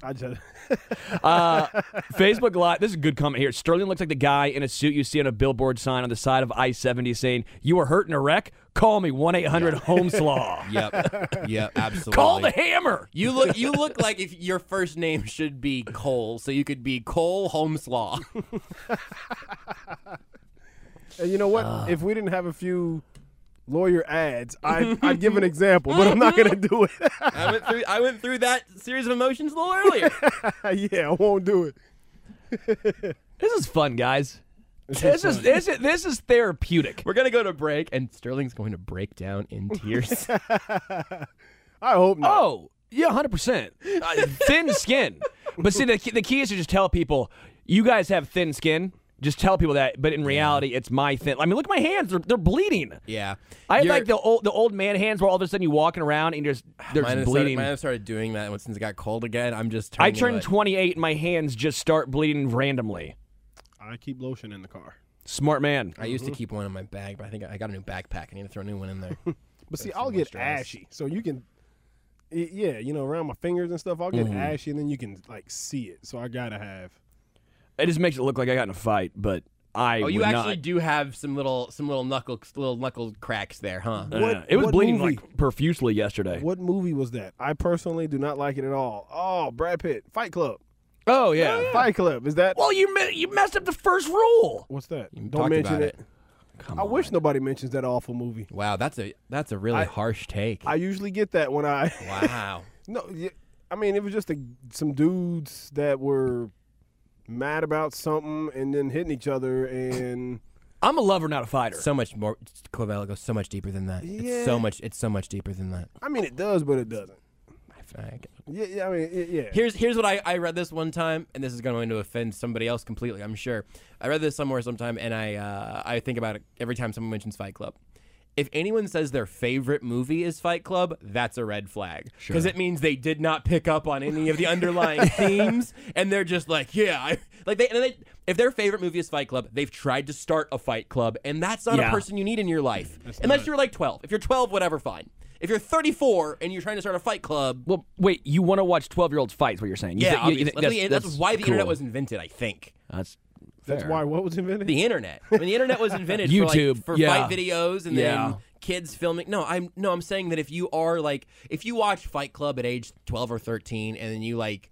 [SPEAKER 4] I just
[SPEAKER 2] Uh, Facebook Live. This is a good comment here. Sterling looks like the guy in a suit you see on a billboard sign on the side of I seventy saying, "You were hurting a wreck? Call me one eight hundred Homeslaw.
[SPEAKER 3] Yep. Yep. Absolutely.
[SPEAKER 2] Call the hammer."
[SPEAKER 3] You look. You look like if your first name should be Cole, so you could be Cole Holmeslaw.
[SPEAKER 4] And you know what?
[SPEAKER 2] Ah.
[SPEAKER 4] if we didn't have a few lawyer ads, I'd, I'd give an example, but I'm not going to do it.
[SPEAKER 3] I went through. I went through that series of emotions a little earlier.
[SPEAKER 4] yeah, I won't do it.
[SPEAKER 2] This is fun, guys. This is this is this is therapeutic.
[SPEAKER 3] We're gonna go to break, and Sterling's going to break down in tears.
[SPEAKER 4] I hope not.
[SPEAKER 2] Oh, Yeah, hundred percent. Uh, Thin skin. But see, the key, the key is to just tell people you guys have thin skin. Just tell people that. But in reality, it's my thin. I mean, look at my hands; they're, they're bleeding.
[SPEAKER 3] Yeah,
[SPEAKER 2] I have
[SPEAKER 3] You're-
[SPEAKER 2] like the old the old man hands where all of a sudden you're walking around and you're just they're
[SPEAKER 3] mine
[SPEAKER 2] just bleeding.
[SPEAKER 3] have Started, mine have started doing that since it got cold again. I'm just.
[SPEAKER 2] I turn
[SPEAKER 3] Turning like-
[SPEAKER 2] 28 and my hands just start bleeding randomly.
[SPEAKER 4] I keep lotion in the car.
[SPEAKER 2] Smart man.
[SPEAKER 3] I used to keep one in my bag, but I think I got a new backpack. I need to throw a new one in there.
[SPEAKER 4] But see, I'll get ashy, so you can, y- yeah, you know, around my fingers and stuff, I'll get
[SPEAKER 2] Mm-hmm.
[SPEAKER 4] ashy, and then you can like see it. So I gotta have.
[SPEAKER 2] It just makes it look like I got in a fight, but I
[SPEAKER 3] oh, you
[SPEAKER 2] would
[SPEAKER 3] actually
[SPEAKER 2] not.
[SPEAKER 3] do have some little some little knuckle little knuckle cracks there, huh?
[SPEAKER 2] Uh,
[SPEAKER 4] What-
[SPEAKER 2] it was
[SPEAKER 4] what
[SPEAKER 2] bleeding
[SPEAKER 4] movie?
[SPEAKER 2] like eh. profusely yesterday.
[SPEAKER 4] What movie was that? I personally do not like it at all. Oh, Brad Pitt, Fight Club.
[SPEAKER 2] Oh yeah.
[SPEAKER 4] Fight Club is that?
[SPEAKER 2] Well, you me- you messed up the first rule.
[SPEAKER 4] What's that?
[SPEAKER 3] talked
[SPEAKER 4] Don't mention
[SPEAKER 3] about
[SPEAKER 4] it. I wish nobody mentions that awful movie.
[SPEAKER 3] Wow, that's a that's a really harsh take.
[SPEAKER 4] I usually get that when I
[SPEAKER 3] wow.
[SPEAKER 4] no. y- I mean, it was just a, some dudes that were mad about something and then hitting each other, and
[SPEAKER 2] I'm a lover, not a fighter.
[SPEAKER 3] So much more. Covella goes so much deeper than that. It's
[SPEAKER 4] Yeah.
[SPEAKER 3] so much. It's so much deeper than that.
[SPEAKER 4] I mean, it does, but it doesn't.
[SPEAKER 3] I- I-
[SPEAKER 4] Yeah, yeah I mean, it, yeah.
[SPEAKER 3] Here's here's what I, I read this one time, and this is going to offend somebody else completely. I'm sure. I read this somewhere sometime, and I uh, I think about it every time someone mentions Fight Club. If anyone says their favorite movie is Fight Club, that's a red flag because it means they did not pick up on any of the underlying themes, and they're just like, yeah, I, like they, and they. If their favorite movie is Fight Club, they've tried to start a Fight Club, and that's not
[SPEAKER 2] Yeah.
[SPEAKER 3] a person you need in your life. Unless you're like 12. If you're 12, whatever, fine. If you're 34 and you're trying to start a Fight Club,
[SPEAKER 2] Well, wait, you want to watch 12 year olds fight? Is what you're saying? You
[SPEAKER 3] yeah,
[SPEAKER 2] thi- you- you
[SPEAKER 3] obviously.
[SPEAKER 2] think
[SPEAKER 3] that's, that's why the internet
[SPEAKER 2] cool.
[SPEAKER 3] was invented, I think.
[SPEAKER 2] That's
[SPEAKER 4] That's why what was invented.
[SPEAKER 3] The internet. When the internet was invented for
[SPEAKER 2] YouTube,
[SPEAKER 3] like, for
[SPEAKER 2] yeah.
[SPEAKER 3] fight videos and
[SPEAKER 2] Yeah.
[SPEAKER 3] then kids filming. No, I'm no, I'm saying that if you are like if you watch Fight Club at age 12 or 13 and then you like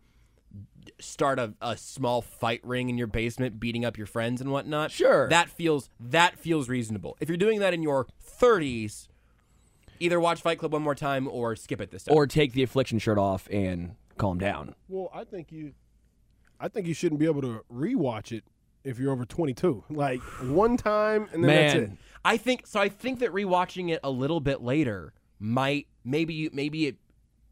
[SPEAKER 3] start a, a small fight ring in your basement beating up your friends and whatnot.
[SPEAKER 2] Sure.
[SPEAKER 3] That feels that feels reasonable. If you're doing that in your 30s, either watch Fight Club one more time or skip it this time.
[SPEAKER 2] or take the affliction shirt off and calm down.
[SPEAKER 4] Well, I think you, I think you shouldn't be able to rewatch it if you're over 22. Like one time and then that's
[SPEAKER 2] Man,
[SPEAKER 4] it.
[SPEAKER 3] I think so. I think that rewatching it a little bit later might maybe you maybe it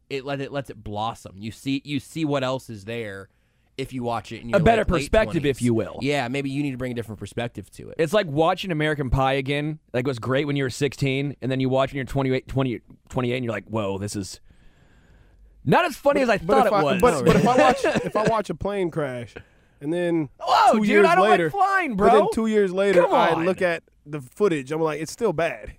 [SPEAKER 3] it let it lets it blossom. You see you see what else is there if you watch it. In your,
[SPEAKER 2] A better
[SPEAKER 3] like, late
[SPEAKER 2] perspective, if
[SPEAKER 3] 20s.
[SPEAKER 2] you will.
[SPEAKER 3] Yeah, maybe you need to bring a different perspective to it.
[SPEAKER 2] it's like watching American Pie again. Like it was great when you were 16, and then you watch when you're 28, 20, 28 and you're like, whoa, this is not as funny as I
[SPEAKER 4] But
[SPEAKER 2] thought
[SPEAKER 4] if
[SPEAKER 2] it
[SPEAKER 4] I,
[SPEAKER 2] was.
[SPEAKER 4] but, but if I watch if I watch a plane crash and then
[SPEAKER 2] Whoa,
[SPEAKER 4] two
[SPEAKER 2] dude,
[SPEAKER 4] years
[SPEAKER 2] I don't like
[SPEAKER 4] later,
[SPEAKER 2] flying,
[SPEAKER 4] But then
[SPEAKER 2] bro.
[SPEAKER 4] two years later,
[SPEAKER 2] Come
[SPEAKER 4] I
[SPEAKER 2] on.
[SPEAKER 4] look at the footage. I'm like, it's still bad.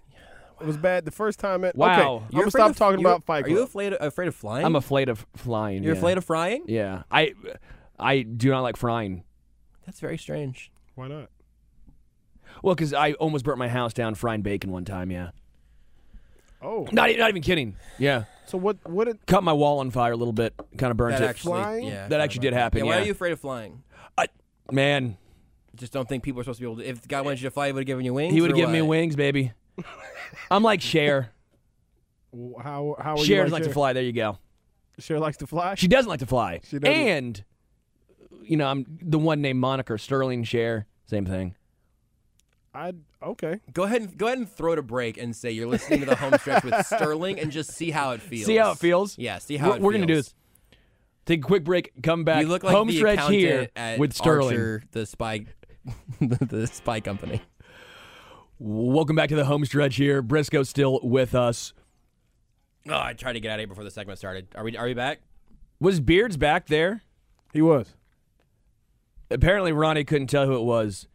[SPEAKER 4] It was bad the first time. It,
[SPEAKER 2] Wow.
[SPEAKER 4] Okay, I'm
[SPEAKER 2] You're
[SPEAKER 4] gonna
[SPEAKER 3] afraid
[SPEAKER 4] stop
[SPEAKER 3] of-
[SPEAKER 4] talking
[SPEAKER 3] you-
[SPEAKER 4] about Fight
[SPEAKER 3] Are you
[SPEAKER 4] Club.
[SPEAKER 3] afraid of, afraid of flying?
[SPEAKER 2] I'm afraid of flying.
[SPEAKER 3] You're
[SPEAKER 2] yeah.
[SPEAKER 3] afraid of frying?
[SPEAKER 2] Yeah, I, I do not like frying.
[SPEAKER 3] That's very strange.
[SPEAKER 4] Why not?
[SPEAKER 2] Well, because I almost burnt my house down frying bacon one time. Yeah,
[SPEAKER 4] Oh,
[SPEAKER 2] not e- not even kidding. Yeah,
[SPEAKER 4] so what? What? It,
[SPEAKER 2] caught my wall on fire a little bit. Kind of burnt
[SPEAKER 3] That
[SPEAKER 2] it.
[SPEAKER 3] actually,
[SPEAKER 4] Flying?
[SPEAKER 3] yeah, I
[SPEAKER 2] That
[SPEAKER 3] thought
[SPEAKER 2] actually did
[SPEAKER 3] about
[SPEAKER 2] happen,
[SPEAKER 3] Yeah, why
[SPEAKER 2] yeah.
[SPEAKER 3] are you afraid of flying?
[SPEAKER 2] I, man,
[SPEAKER 3] Just don't think people are supposed to be able to. If God wanted you to fly, he would have given you wings.
[SPEAKER 2] he would
[SPEAKER 3] or
[SPEAKER 2] have given me
[SPEAKER 3] what?
[SPEAKER 2] wings, baby. I'm like Cher.
[SPEAKER 4] how? How are
[SPEAKER 3] Oh,
[SPEAKER 4] you?
[SPEAKER 2] Cher
[SPEAKER 4] like
[SPEAKER 2] doesn't like
[SPEAKER 4] Cher?
[SPEAKER 2] to fly. There you go.
[SPEAKER 4] Cher likes to fly.
[SPEAKER 2] She doesn't like to fly.
[SPEAKER 4] She doesn't.
[SPEAKER 2] And you know, I'm the one named moniker Sterling Cher. Same thing.
[SPEAKER 4] I okay.
[SPEAKER 3] Go ahead and go ahead and throw it a break and say you're listening to the home stretch with Sterling and just see how it feels.
[SPEAKER 2] See how it feels?
[SPEAKER 3] Yeah, see how
[SPEAKER 2] we're,
[SPEAKER 3] it
[SPEAKER 2] we're gonna do
[SPEAKER 3] feels.
[SPEAKER 2] this. Take a quick break. Come back.
[SPEAKER 3] You look like
[SPEAKER 2] home
[SPEAKER 3] the
[SPEAKER 2] stretch
[SPEAKER 3] accountant
[SPEAKER 2] here
[SPEAKER 3] at
[SPEAKER 2] with Sterling.
[SPEAKER 3] Archer, the spy, the, the spy company.
[SPEAKER 2] Welcome back to the home stretch here. Briscoe still with us.
[SPEAKER 3] Oh, I tried to get out of here before the segment started. Are we? Are we back?
[SPEAKER 2] Was Beards back there?
[SPEAKER 4] He was.
[SPEAKER 2] Apparently, Ronnie couldn't tell who it was.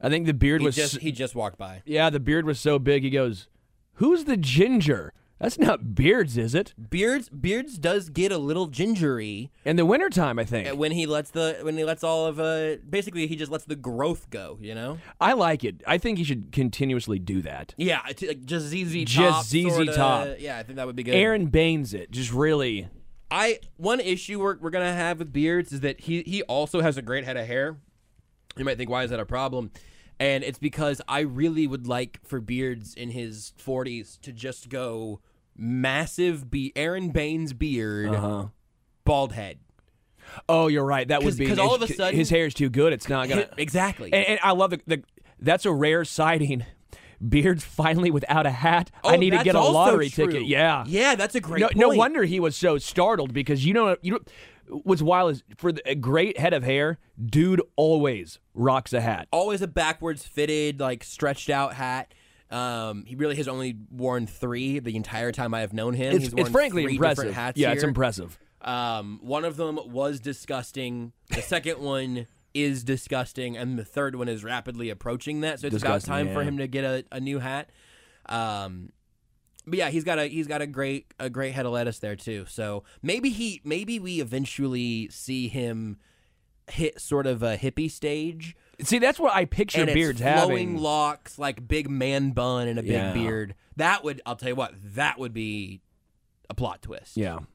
[SPEAKER 2] I think the beard
[SPEAKER 3] He
[SPEAKER 2] was.
[SPEAKER 3] just
[SPEAKER 2] s-
[SPEAKER 3] he just walked by.
[SPEAKER 2] yeah, the beard was so big. He goes, "Who's the ginger? That's not Beards, is it?"
[SPEAKER 3] Beards Beards does get a little gingery
[SPEAKER 2] In the wintertime, I think.
[SPEAKER 3] when he lets the when he lets all of uh basically he just lets the growth go. You know?
[SPEAKER 2] I like it. I think he should continuously do that.
[SPEAKER 3] Yeah, it's like just ZZ
[SPEAKER 2] Just
[SPEAKER 3] top.
[SPEAKER 2] ZZ
[SPEAKER 3] sorta.
[SPEAKER 2] Top.
[SPEAKER 3] Yeah, I think that would be good.
[SPEAKER 2] Aaron Baines it. Just really.
[SPEAKER 3] I one issue we're, we're gonna have with beards is that he he also has a great head of hair. You might think why is that a problem? And it's because I really would like for beards in his 40s to just go massive be Aaron Baines beard,
[SPEAKER 2] Uh-huh.
[SPEAKER 3] bald head.
[SPEAKER 2] Oh, you're right. That would
[SPEAKER 3] 'Cause-
[SPEAKER 2] be
[SPEAKER 3] 'cause all of a sudden-
[SPEAKER 2] his hair's too good. It's not gonna.
[SPEAKER 3] exactly.
[SPEAKER 2] And, and I love the, the. That's a rare sighting Beard's finally without a hat.
[SPEAKER 3] Oh,
[SPEAKER 2] I need to
[SPEAKER 3] that's
[SPEAKER 2] get a
[SPEAKER 3] also
[SPEAKER 2] lottery
[SPEAKER 3] true.
[SPEAKER 2] ticket. Yeah.
[SPEAKER 3] Yeah, that's a great
[SPEAKER 2] no,
[SPEAKER 3] point.
[SPEAKER 2] no wonder he was so startled because you know you know, what's wild is for the, a great head of hair, dude always rocks a hat.
[SPEAKER 3] always a backwards fitted, like stretched out hat. Um, he really has only worn three the entire time I have known him.
[SPEAKER 2] It's,
[SPEAKER 3] He's
[SPEAKER 2] it's
[SPEAKER 3] worn
[SPEAKER 2] frankly
[SPEAKER 3] three
[SPEAKER 2] impressive.
[SPEAKER 3] Different hats
[SPEAKER 2] yeah, it's
[SPEAKER 3] here.
[SPEAKER 2] impressive.
[SPEAKER 3] Um, one of them was disgusting. The second one is disgusting, and the third one is rapidly approaching that. So it's
[SPEAKER 2] Disgusting,
[SPEAKER 3] about time for
[SPEAKER 2] yeah.
[SPEAKER 3] him to get a, a new hat. Um, but yeah, he's got a he's got a great a great head of lettuce there too. So maybe he maybe we eventually see him hit sort of a hippie stage
[SPEAKER 2] See, that's what I picture
[SPEAKER 3] and
[SPEAKER 2] Beard's
[SPEAKER 3] it's flowing
[SPEAKER 2] having.
[SPEAKER 3] locks, like big man bun and a big
[SPEAKER 2] Yeah.
[SPEAKER 3] beard. That would I'll tell you what that would be a plot twist.
[SPEAKER 2] yeah,
[SPEAKER 3] I'm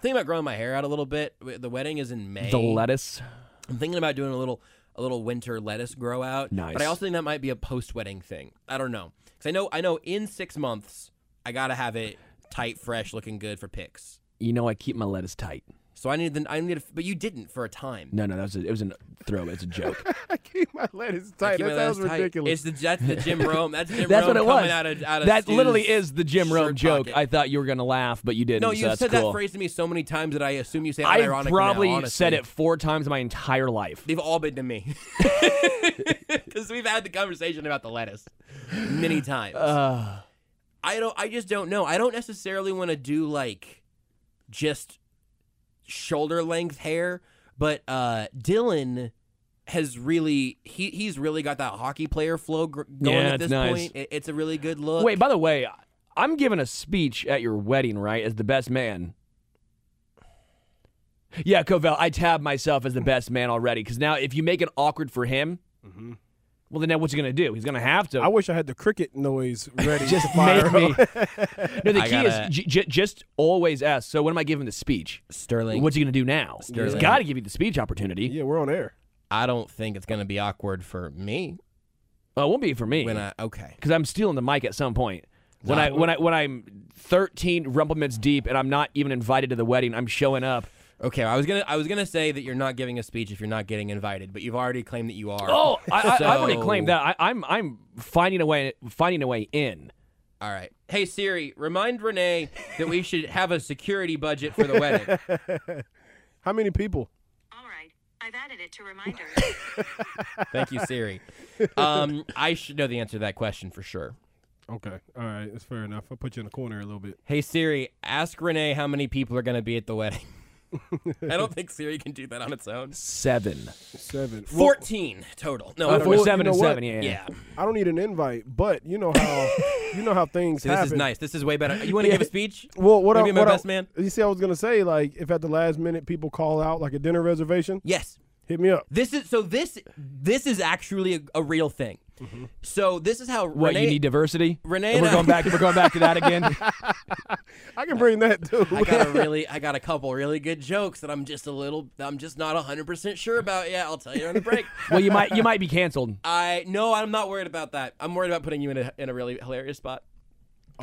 [SPEAKER 3] thinking about growing my hair out a little bit. The wedding is in May.
[SPEAKER 2] the lettuce.
[SPEAKER 3] I'm thinking about doing a little a little winter lettuce grow out.
[SPEAKER 2] Nice.
[SPEAKER 3] But I also think that might be a post wedding thing. I don't know because I know I know in six months I gotta have it tight, fresh, looking good for pics.
[SPEAKER 2] You know, I keep my lettuce tight.
[SPEAKER 3] So I need the I need, a, but you didn't for a time.
[SPEAKER 2] No, no, that was a, it was a throw. It's a joke.
[SPEAKER 4] I keep my lettuce tight.
[SPEAKER 3] Keep my
[SPEAKER 4] That sounds
[SPEAKER 3] lettuce tight.
[SPEAKER 4] ridiculous.
[SPEAKER 3] It's the that's the Jim Rome. That's Jim
[SPEAKER 2] that's
[SPEAKER 3] Rome
[SPEAKER 2] what it
[SPEAKER 3] coming
[SPEAKER 2] was.
[SPEAKER 3] Out of, out of
[SPEAKER 2] that
[SPEAKER 3] Stu's
[SPEAKER 2] literally is the Jim Rome
[SPEAKER 3] shirt
[SPEAKER 2] joke.
[SPEAKER 3] pocket.
[SPEAKER 2] I thought you were gonna laugh, but you didn't.
[SPEAKER 3] No,
[SPEAKER 2] so
[SPEAKER 3] you
[SPEAKER 2] that's
[SPEAKER 3] said
[SPEAKER 2] cool.
[SPEAKER 3] that phrase to me so many times that I assume you say it
[SPEAKER 2] I
[SPEAKER 3] unironically
[SPEAKER 2] probably
[SPEAKER 3] now, honestly.
[SPEAKER 2] said it four times in my entire life.
[SPEAKER 3] They've all been to me because we've had the conversation about the lettuce many
[SPEAKER 2] Uh.
[SPEAKER 3] times. I don't. I just don't know. I don't necessarily want to do like just shoulder length hair, but uh Dylan has really he he's really got that hockey player flow gr- going
[SPEAKER 2] Yeah,
[SPEAKER 3] at
[SPEAKER 2] it's
[SPEAKER 3] this
[SPEAKER 2] nice.
[SPEAKER 3] point. It, it's a really good look.
[SPEAKER 2] Wait, by the way, I'm giving a speech at your wedding, right? As the best man. Yeah, Covell, I tab myself as the best man already because now if you make it awkward for him,
[SPEAKER 3] Mm-hmm.
[SPEAKER 2] well, then now what's he gonna do? He's gonna have to.
[SPEAKER 4] I wish I had the cricket noise ready.
[SPEAKER 2] just
[SPEAKER 4] to fire
[SPEAKER 2] make
[SPEAKER 4] up.
[SPEAKER 2] me. No, the
[SPEAKER 3] I
[SPEAKER 2] key
[SPEAKER 3] gotta-
[SPEAKER 2] is j- j- just always ask. So when am I giving the speech?
[SPEAKER 3] Sterling,
[SPEAKER 2] What's he gonna do now? He's
[SPEAKER 3] Sterling.
[SPEAKER 2] got to give you the speech opportunity.
[SPEAKER 4] Yeah, we're on air.
[SPEAKER 3] I don't think it's gonna be awkward for me
[SPEAKER 2] Oh, it won't be for me.
[SPEAKER 3] when I okay.
[SPEAKER 2] because I'm stealing the mic at some point. When I when I when I'm 13 rumplements deep and I'm not even invited to the wedding, I'm showing up.
[SPEAKER 3] Okay, I was gonna I was gonna say that you're not giving a speech if you're not getting invited, but you've already claimed that you are.
[SPEAKER 2] Oh, I, I, I've already
[SPEAKER 3] So-
[SPEAKER 2] claimed that. I, I'm I'm finding a way finding a way in.
[SPEAKER 3] All right. Hey Siri, remind Renee that we should have a security budget for the wedding.
[SPEAKER 4] How many people?
[SPEAKER 5] All right, I've added it to reminders.
[SPEAKER 3] Thank you, Siri. Um, I should know the answer to that question for sure.
[SPEAKER 4] Okay, all right, that's fair enough. I'll put you in the corner a little bit.
[SPEAKER 3] Hey Siri, ask Renee how many people are gonna be at the wedding. I don't think Siri can do that on its own.
[SPEAKER 2] Seven.
[SPEAKER 4] Seven. Well,
[SPEAKER 3] Fourteen total. No, I don't
[SPEAKER 2] Four,
[SPEAKER 3] know.
[SPEAKER 4] know.
[SPEAKER 2] seven
[SPEAKER 4] You
[SPEAKER 2] and
[SPEAKER 4] what?
[SPEAKER 2] seven. Yeah. yeah.
[SPEAKER 3] yeah.
[SPEAKER 4] I don't need an invite, but you know how you know how things
[SPEAKER 3] See,
[SPEAKER 4] happen.
[SPEAKER 3] this is nice. This is way better. You want to give a speech?
[SPEAKER 4] Well, what
[SPEAKER 3] Wanna
[SPEAKER 4] I,
[SPEAKER 3] be my
[SPEAKER 4] what I-
[SPEAKER 3] best man?
[SPEAKER 4] You see, I was gonna say like if at the last minute people call out like a dinner reservation,
[SPEAKER 3] Yes.
[SPEAKER 4] hit me up.
[SPEAKER 3] This is so this this is actually a, a real thing. So this is how
[SPEAKER 2] Mm-hmm. What
[SPEAKER 3] Renee
[SPEAKER 2] you need diversity?
[SPEAKER 3] Renee
[SPEAKER 2] We're
[SPEAKER 3] and I-
[SPEAKER 2] going back. We're going back to that again.
[SPEAKER 4] I can bring that too.
[SPEAKER 3] I got a really I got a couple really good jokes that I'm just a little I'm just not 100% sure about. Yeah, I'll tell you on the break.
[SPEAKER 2] well, you might you might be canceled.
[SPEAKER 3] I no, I'm not worried about that. I'm worried about putting you in a in a really hilarious spot.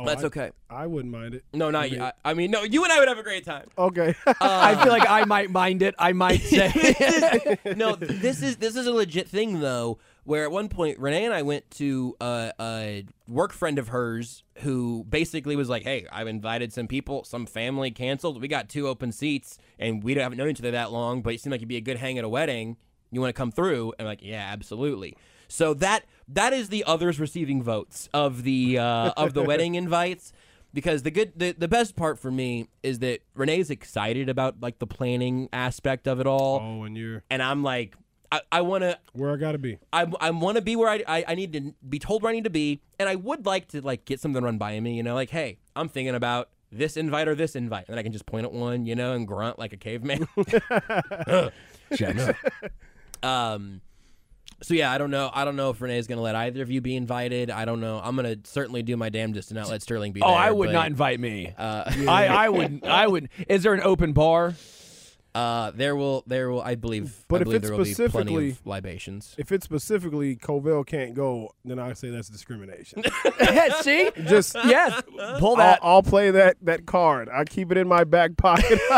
[SPEAKER 3] That's
[SPEAKER 4] Oh, I-
[SPEAKER 3] okay.
[SPEAKER 4] I wouldn't mind it.
[SPEAKER 3] No, not you. I, I mean, no, you and I would have a great time.
[SPEAKER 4] Okay.
[SPEAKER 3] Oh.
[SPEAKER 2] I feel like I might mind it. I might say.
[SPEAKER 3] no, th- this is this is a legit thing though. Where at one point Renee and I went to a, a work friend of hers who basically was like, "Hey, I've invited some people. Some family canceled. We got two open seats, and we haven't known each other that long. But it seemed like it'd be a good hang at a wedding. You want to come through?" And I'm like, "Yeah, absolutely." So that that is the others receiving votes of the uh, of the wedding invites because the good the, the best part for me is that Renee's excited about like the planning aspect of it all
[SPEAKER 4] oh, and you're
[SPEAKER 3] and I'm like, I, I want to,
[SPEAKER 4] where I gotta be.
[SPEAKER 3] I, I want to be where I, I, I need to be told where I need to be, and I would like to like get something run by me, you know, like, hey, I'm thinking about this invite or this invite, and then I can just point at one, you know, and grunt like a caveman.
[SPEAKER 2] Checks.
[SPEAKER 3] um, so yeah, I don't know, I don't know if Renee's gonna let either of you be invited. I don't know. I'm gonna certainly do my damnedest to not let Sterling be.
[SPEAKER 2] Oh,
[SPEAKER 3] there,
[SPEAKER 2] I would
[SPEAKER 3] but,
[SPEAKER 2] not invite me. I, I would. I would. Is there an open bar?
[SPEAKER 3] Uh, there will, there will, I believe,
[SPEAKER 4] But
[SPEAKER 3] I
[SPEAKER 4] if
[SPEAKER 3] believe
[SPEAKER 4] it's
[SPEAKER 3] there will be plenty
[SPEAKER 4] specifically-
[SPEAKER 3] of libations.
[SPEAKER 4] If it's specifically Covell can't go, then I say that's discrimination.
[SPEAKER 2] See,
[SPEAKER 4] Just
[SPEAKER 2] yes. Pull
[SPEAKER 4] I'll,
[SPEAKER 2] that.
[SPEAKER 4] I'll play that that card. I keep it in my back pocket.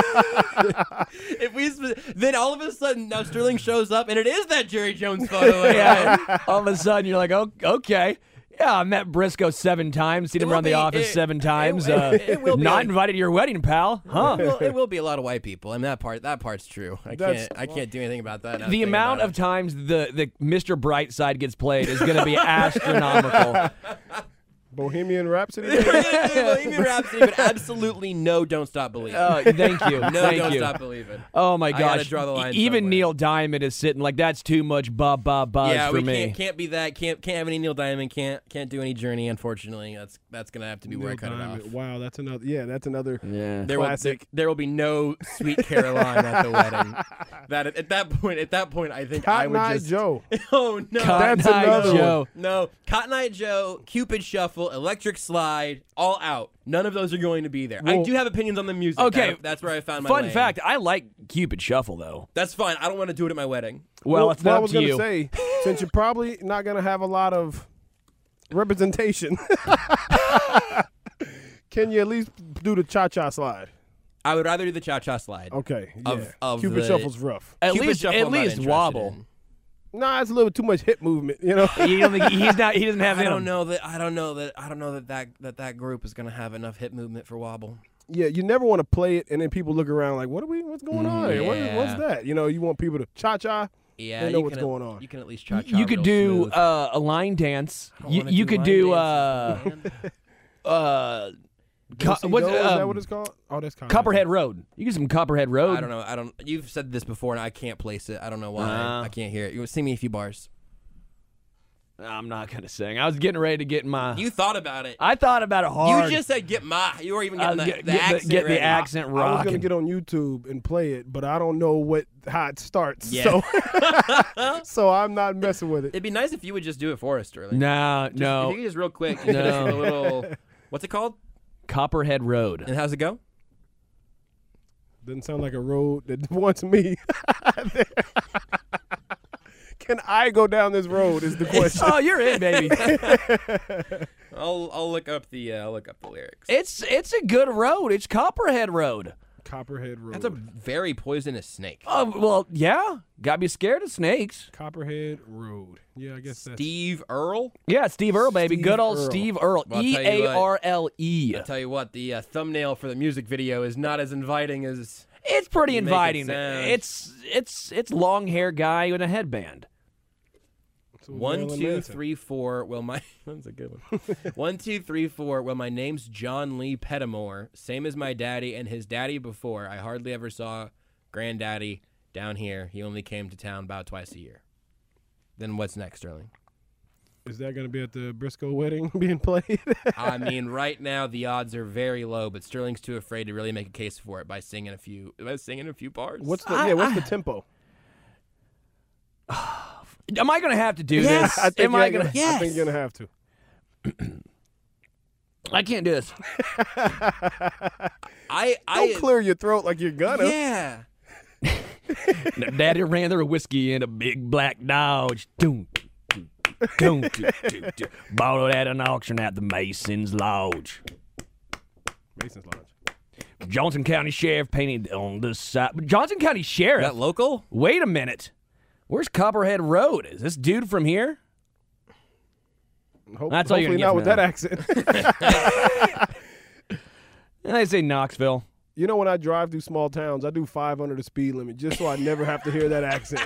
[SPEAKER 3] If we, spe- then all of a sudden now Sterling shows up and it is that Jerry Jones photo.
[SPEAKER 2] Yeah. All of a sudden, you're like, oh, okay. Yeah, I met Briscoe seven times, seen him
[SPEAKER 3] will
[SPEAKER 2] around the
[SPEAKER 3] be-
[SPEAKER 2] office
[SPEAKER 3] it-
[SPEAKER 2] seven
[SPEAKER 3] it-
[SPEAKER 2] times.
[SPEAKER 3] it-
[SPEAKER 2] uh,
[SPEAKER 3] it will be
[SPEAKER 2] not
[SPEAKER 3] a-
[SPEAKER 2] invited to your wedding, pal. Huh?
[SPEAKER 3] Well, it will be a lot of white people. I mean, that part that part's true. I
[SPEAKER 4] That's-
[SPEAKER 3] can't I can't do anything about that. now
[SPEAKER 2] the
[SPEAKER 3] thinking
[SPEAKER 2] amount
[SPEAKER 3] about
[SPEAKER 2] of times the, the Mr. Brightside gets played is going to be astronomical.
[SPEAKER 4] Bohemian Rhapsody.
[SPEAKER 3] it. Bohemian Rhapsody, but absolutely no, don't stop believing.
[SPEAKER 2] Oh, thank you.
[SPEAKER 3] no,
[SPEAKER 2] thank
[SPEAKER 3] don't
[SPEAKER 2] you.
[SPEAKER 3] stop believing.
[SPEAKER 2] Oh my
[SPEAKER 3] I gotta
[SPEAKER 2] gosh!
[SPEAKER 3] draw the line
[SPEAKER 2] E- Even
[SPEAKER 3] somewhere.
[SPEAKER 2] Neil Diamond is sitting like that's too much. Bob, Bob, Bob
[SPEAKER 3] yeah,
[SPEAKER 2] for
[SPEAKER 3] we
[SPEAKER 2] me.
[SPEAKER 3] can't can't be that. Can't can't have any Neil Diamond. Can't can't do any Journey. Unfortunately, that's that's gonna have to be where I cut it off.
[SPEAKER 4] Wow, that's another. Yeah, that's another.
[SPEAKER 2] Yeah.
[SPEAKER 3] There will, there,
[SPEAKER 4] Classic.
[SPEAKER 3] there will be no Sweet Caroline at the wedding. That at that point, at that point, I think I
[SPEAKER 4] Cotton
[SPEAKER 3] would
[SPEAKER 4] Eye
[SPEAKER 3] just.
[SPEAKER 4] Joe.
[SPEAKER 3] Oh no!
[SPEAKER 2] Cotton
[SPEAKER 4] That's
[SPEAKER 2] Eye
[SPEAKER 4] another
[SPEAKER 2] Joe.
[SPEAKER 3] No, Cotton Eye Joe, Cupid Shuffle, Electric Slide, all out. None of those are going to be there. I
[SPEAKER 4] Well-
[SPEAKER 3] do have opinions on the music.
[SPEAKER 2] Okay.
[SPEAKER 3] That- that's where I found my
[SPEAKER 2] Fun
[SPEAKER 3] lane.
[SPEAKER 2] fact: I like Cupid Shuffle though.
[SPEAKER 3] That's fine. I don't want to do it at my wedding.
[SPEAKER 2] Well, it's
[SPEAKER 4] what
[SPEAKER 2] not
[SPEAKER 4] I
[SPEAKER 2] up
[SPEAKER 4] was
[SPEAKER 2] to
[SPEAKER 4] gonna
[SPEAKER 2] you.
[SPEAKER 4] say, since you're probably not gonna have a lot of representation, can you at least do the cha-cha slide?
[SPEAKER 3] I would rather do the Cha Cha Slide.
[SPEAKER 4] Okay. Yeah.
[SPEAKER 3] Of- of
[SPEAKER 4] Cupid
[SPEAKER 3] the- Eh.
[SPEAKER 4] shuffle's rough.
[SPEAKER 2] at
[SPEAKER 3] Cupid
[SPEAKER 2] least,
[SPEAKER 3] Shuffle,
[SPEAKER 2] at
[SPEAKER 3] I'm not
[SPEAKER 2] least
[SPEAKER 3] interested
[SPEAKER 2] wobble.
[SPEAKER 3] in.
[SPEAKER 4] Nah, it's a little too much hip movement. You know.
[SPEAKER 2] You don't think- he's not. He doesn't have.
[SPEAKER 3] I
[SPEAKER 2] it in
[SPEAKER 3] don't
[SPEAKER 2] him.
[SPEAKER 3] know that. I don't know that. I don't know that that that, that group is going to have enough hip movement for wobble.
[SPEAKER 4] yeah, you never want to play it, and then people look around like, "What are we? What's going on? here? What is-
[SPEAKER 3] yeah.
[SPEAKER 4] what's that?" You know, you want people to cha-cha.
[SPEAKER 3] Yeah,
[SPEAKER 4] They know
[SPEAKER 3] you
[SPEAKER 4] what's
[SPEAKER 3] can at-
[SPEAKER 4] going on.
[SPEAKER 3] You can at least Cha Cha.
[SPEAKER 2] You could do uh, a line dance. You, you could do uh, uh, co- what's,
[SPEAKER 4] is that
[SPEAKER 2] um,
[SPEAKER 4] what it's called? Oh, that's Cotton Eye Joe.
[SPEAKER 2] Copperhead Road. You get some Copperhead Road.
[SPEAKER 3] I don't know. I don't. You've said this before, and I can't place it. I don't know why.
[SPEAKER 2] Uh.
[SPEAKER 3] I can't hear it. You sing me a few bars.
[SPEAKER 2] I'm not gonna sing. I was getting ready to get my.
[SPEAKER 3] You thought about it.
[SPEAKER 2] I thought about it
[SPEAKER 3] You
[SPEAKER 2] hard.
[SPEAKER 3] just said get my. You were even
[SPEAKER 2] I
[SPEAKER 3] getting
[SPEAKER 2] was
[SPEAKER 3] the,
[SPEAKER 2] get,
[SPEAKER 3] the
[SPEAKER 2] get
[SPEAKER 3] accent.
[SPEAKER 2] get the
[SPEAKER 3] ready.
[SPEAKER 2] accent
[SPEAKER 4] I was
[SPEAKER 2] rocking.
[SPEAKER 4] gonna get on YouTube and play it, but I don't know what how it starts.
[SPEAKER 3] Yeah.
[SPEAKER 4] So, so I'm not messing with it.
[SPEAKER 3] It'd be nice if you would just do it for us, Sterling.
[SPEAKER 2] no,
[SPEAKER 3] Just- If you
[SPEAKER 2] no,
[SPEAKER 3] could just real quick. you could just do a little. What's it called?
[SPEAKER 2] Copperhead Road.
[SPEAKER 3] And how's it go?
[SPEAKER 4] Doesn't sound like a road that wants me. Can I go down this road? Is the question.
[SPEAKER 2] oh, you're in, baby.
[SPEAKER 3] I'll I'll look up the uh, I'll look up the lyrics.
[SPEAKER 2] it's it's a good road. It's Copperhead Road.
[SPEAKER 4] Copperhead Road.
[SPEAKER 3] That's a very poisonous snake.
[SPEAKER 2] Oh well, yeah. Gotta be scared of snakes.
[SPEAKER 4] Copperhead Road. Yeah, I guess that's.
[SPEAKER 3] Steve Earle.
[SPEAKER 2] Yeah, Steve Earle, baby.
[SPEAKER 4] Steve
[SPEAKER 2] good old
[SPEAKER 4] Earle.
[SPEAKER 2] Steve Earle.
[SPEAKER 3] Well, I'll
[SPEAKER 2] E
[SPEAKER 3] tell you
[SPEAKER 2] A
[SPEAKER 3] what.
[SPEAKER 2] R L E.
[SPEAKER 3] I tell you what, the uh, thumbnail for the music video is not as inviting as.
[SPEAKER 2] It's pretty
[SPEAKER 3] Make it
[SPEAKER 2] inviting.
[SPEAKER 3] sound.
[SPEAKER 2] it's it's it's long hair guy with a headband.
[SPEAKER 4] that's a
[SPEAKER 3] One,
[SPEAKER 4] Marilyn
[SPEAKER 3] two,
[SPEAKER 4] Manson.
[SPEAKER 3] three, four. Well, my that's a good one. one, two, three, four. Well, my name's John Lee Pettimore, same as my daddy and his daddy before. I hardly ever saw granddaddy down here. He only came to town about twice a year. Then what's next, Sterling?
[SPEAKER 4] Is that gonna be at the Briscoe wedding being played?
[SPEAKER 3] I mean, right now the odds are very low, but Sterling's too afraid to really make a case for it by singing a few by singing a few bars.
[SPEAKER 4] what's the yeah? What's the tempo?
[SPEAKER 2] Am I gonna have to do
[SPEAKER 4] Yes,
[SPEAKER 2] this?
[SPEAKER 4] I think
[SPEAKER 2] Am
[SPEAKER 4] you're
[SPEAKER 2] I
[SPEAKER 4] gonna,
[SPEAKER 2] gonna?
[SPEAKER 4] I think you're gonna have to.
[SPEAKER 2] I can't do this.
[SPEAKER 3] I I
[SPEAKER 4] Don't clear your throat like you're gonna.
[SPEAKER 3] yeah.
[SPEAKER 2] Daddy ran there a whiskey in a big black Dodge. Doom, doom, doom, doom, doom, doom. Bought it at an auction at the Mason's Lodge.
[SPEAKER 4] Mason's Lodge.
[SPEAKER 2] Johnson County Sheriff painted on the side. Johnson County Sheriff.
[SPEAKER 3] That local?
[SPEAKER 2] Wait a minute. Where's Copperhead Road? Is this dude from here?
[SPEAKER 4] Hope,
[SPEAKER 2] That's all
[SPEAKER 4] hopefully
[SPEAKER 2] you're gonna
[SPEAKER 4] not
[SPEAKER 2] get
[SPEAKER 4] with
[SPEAKER 2] from
[SPEAKER 4] that
[SPEAKER 2] that.
[SPEAKER 4] accent.
[SPEAKER 2] And they say Knoxville.
[SPEAKER 4] you know, when I drive through small towns, I do five under the speed limit just so I never have to hear that accent.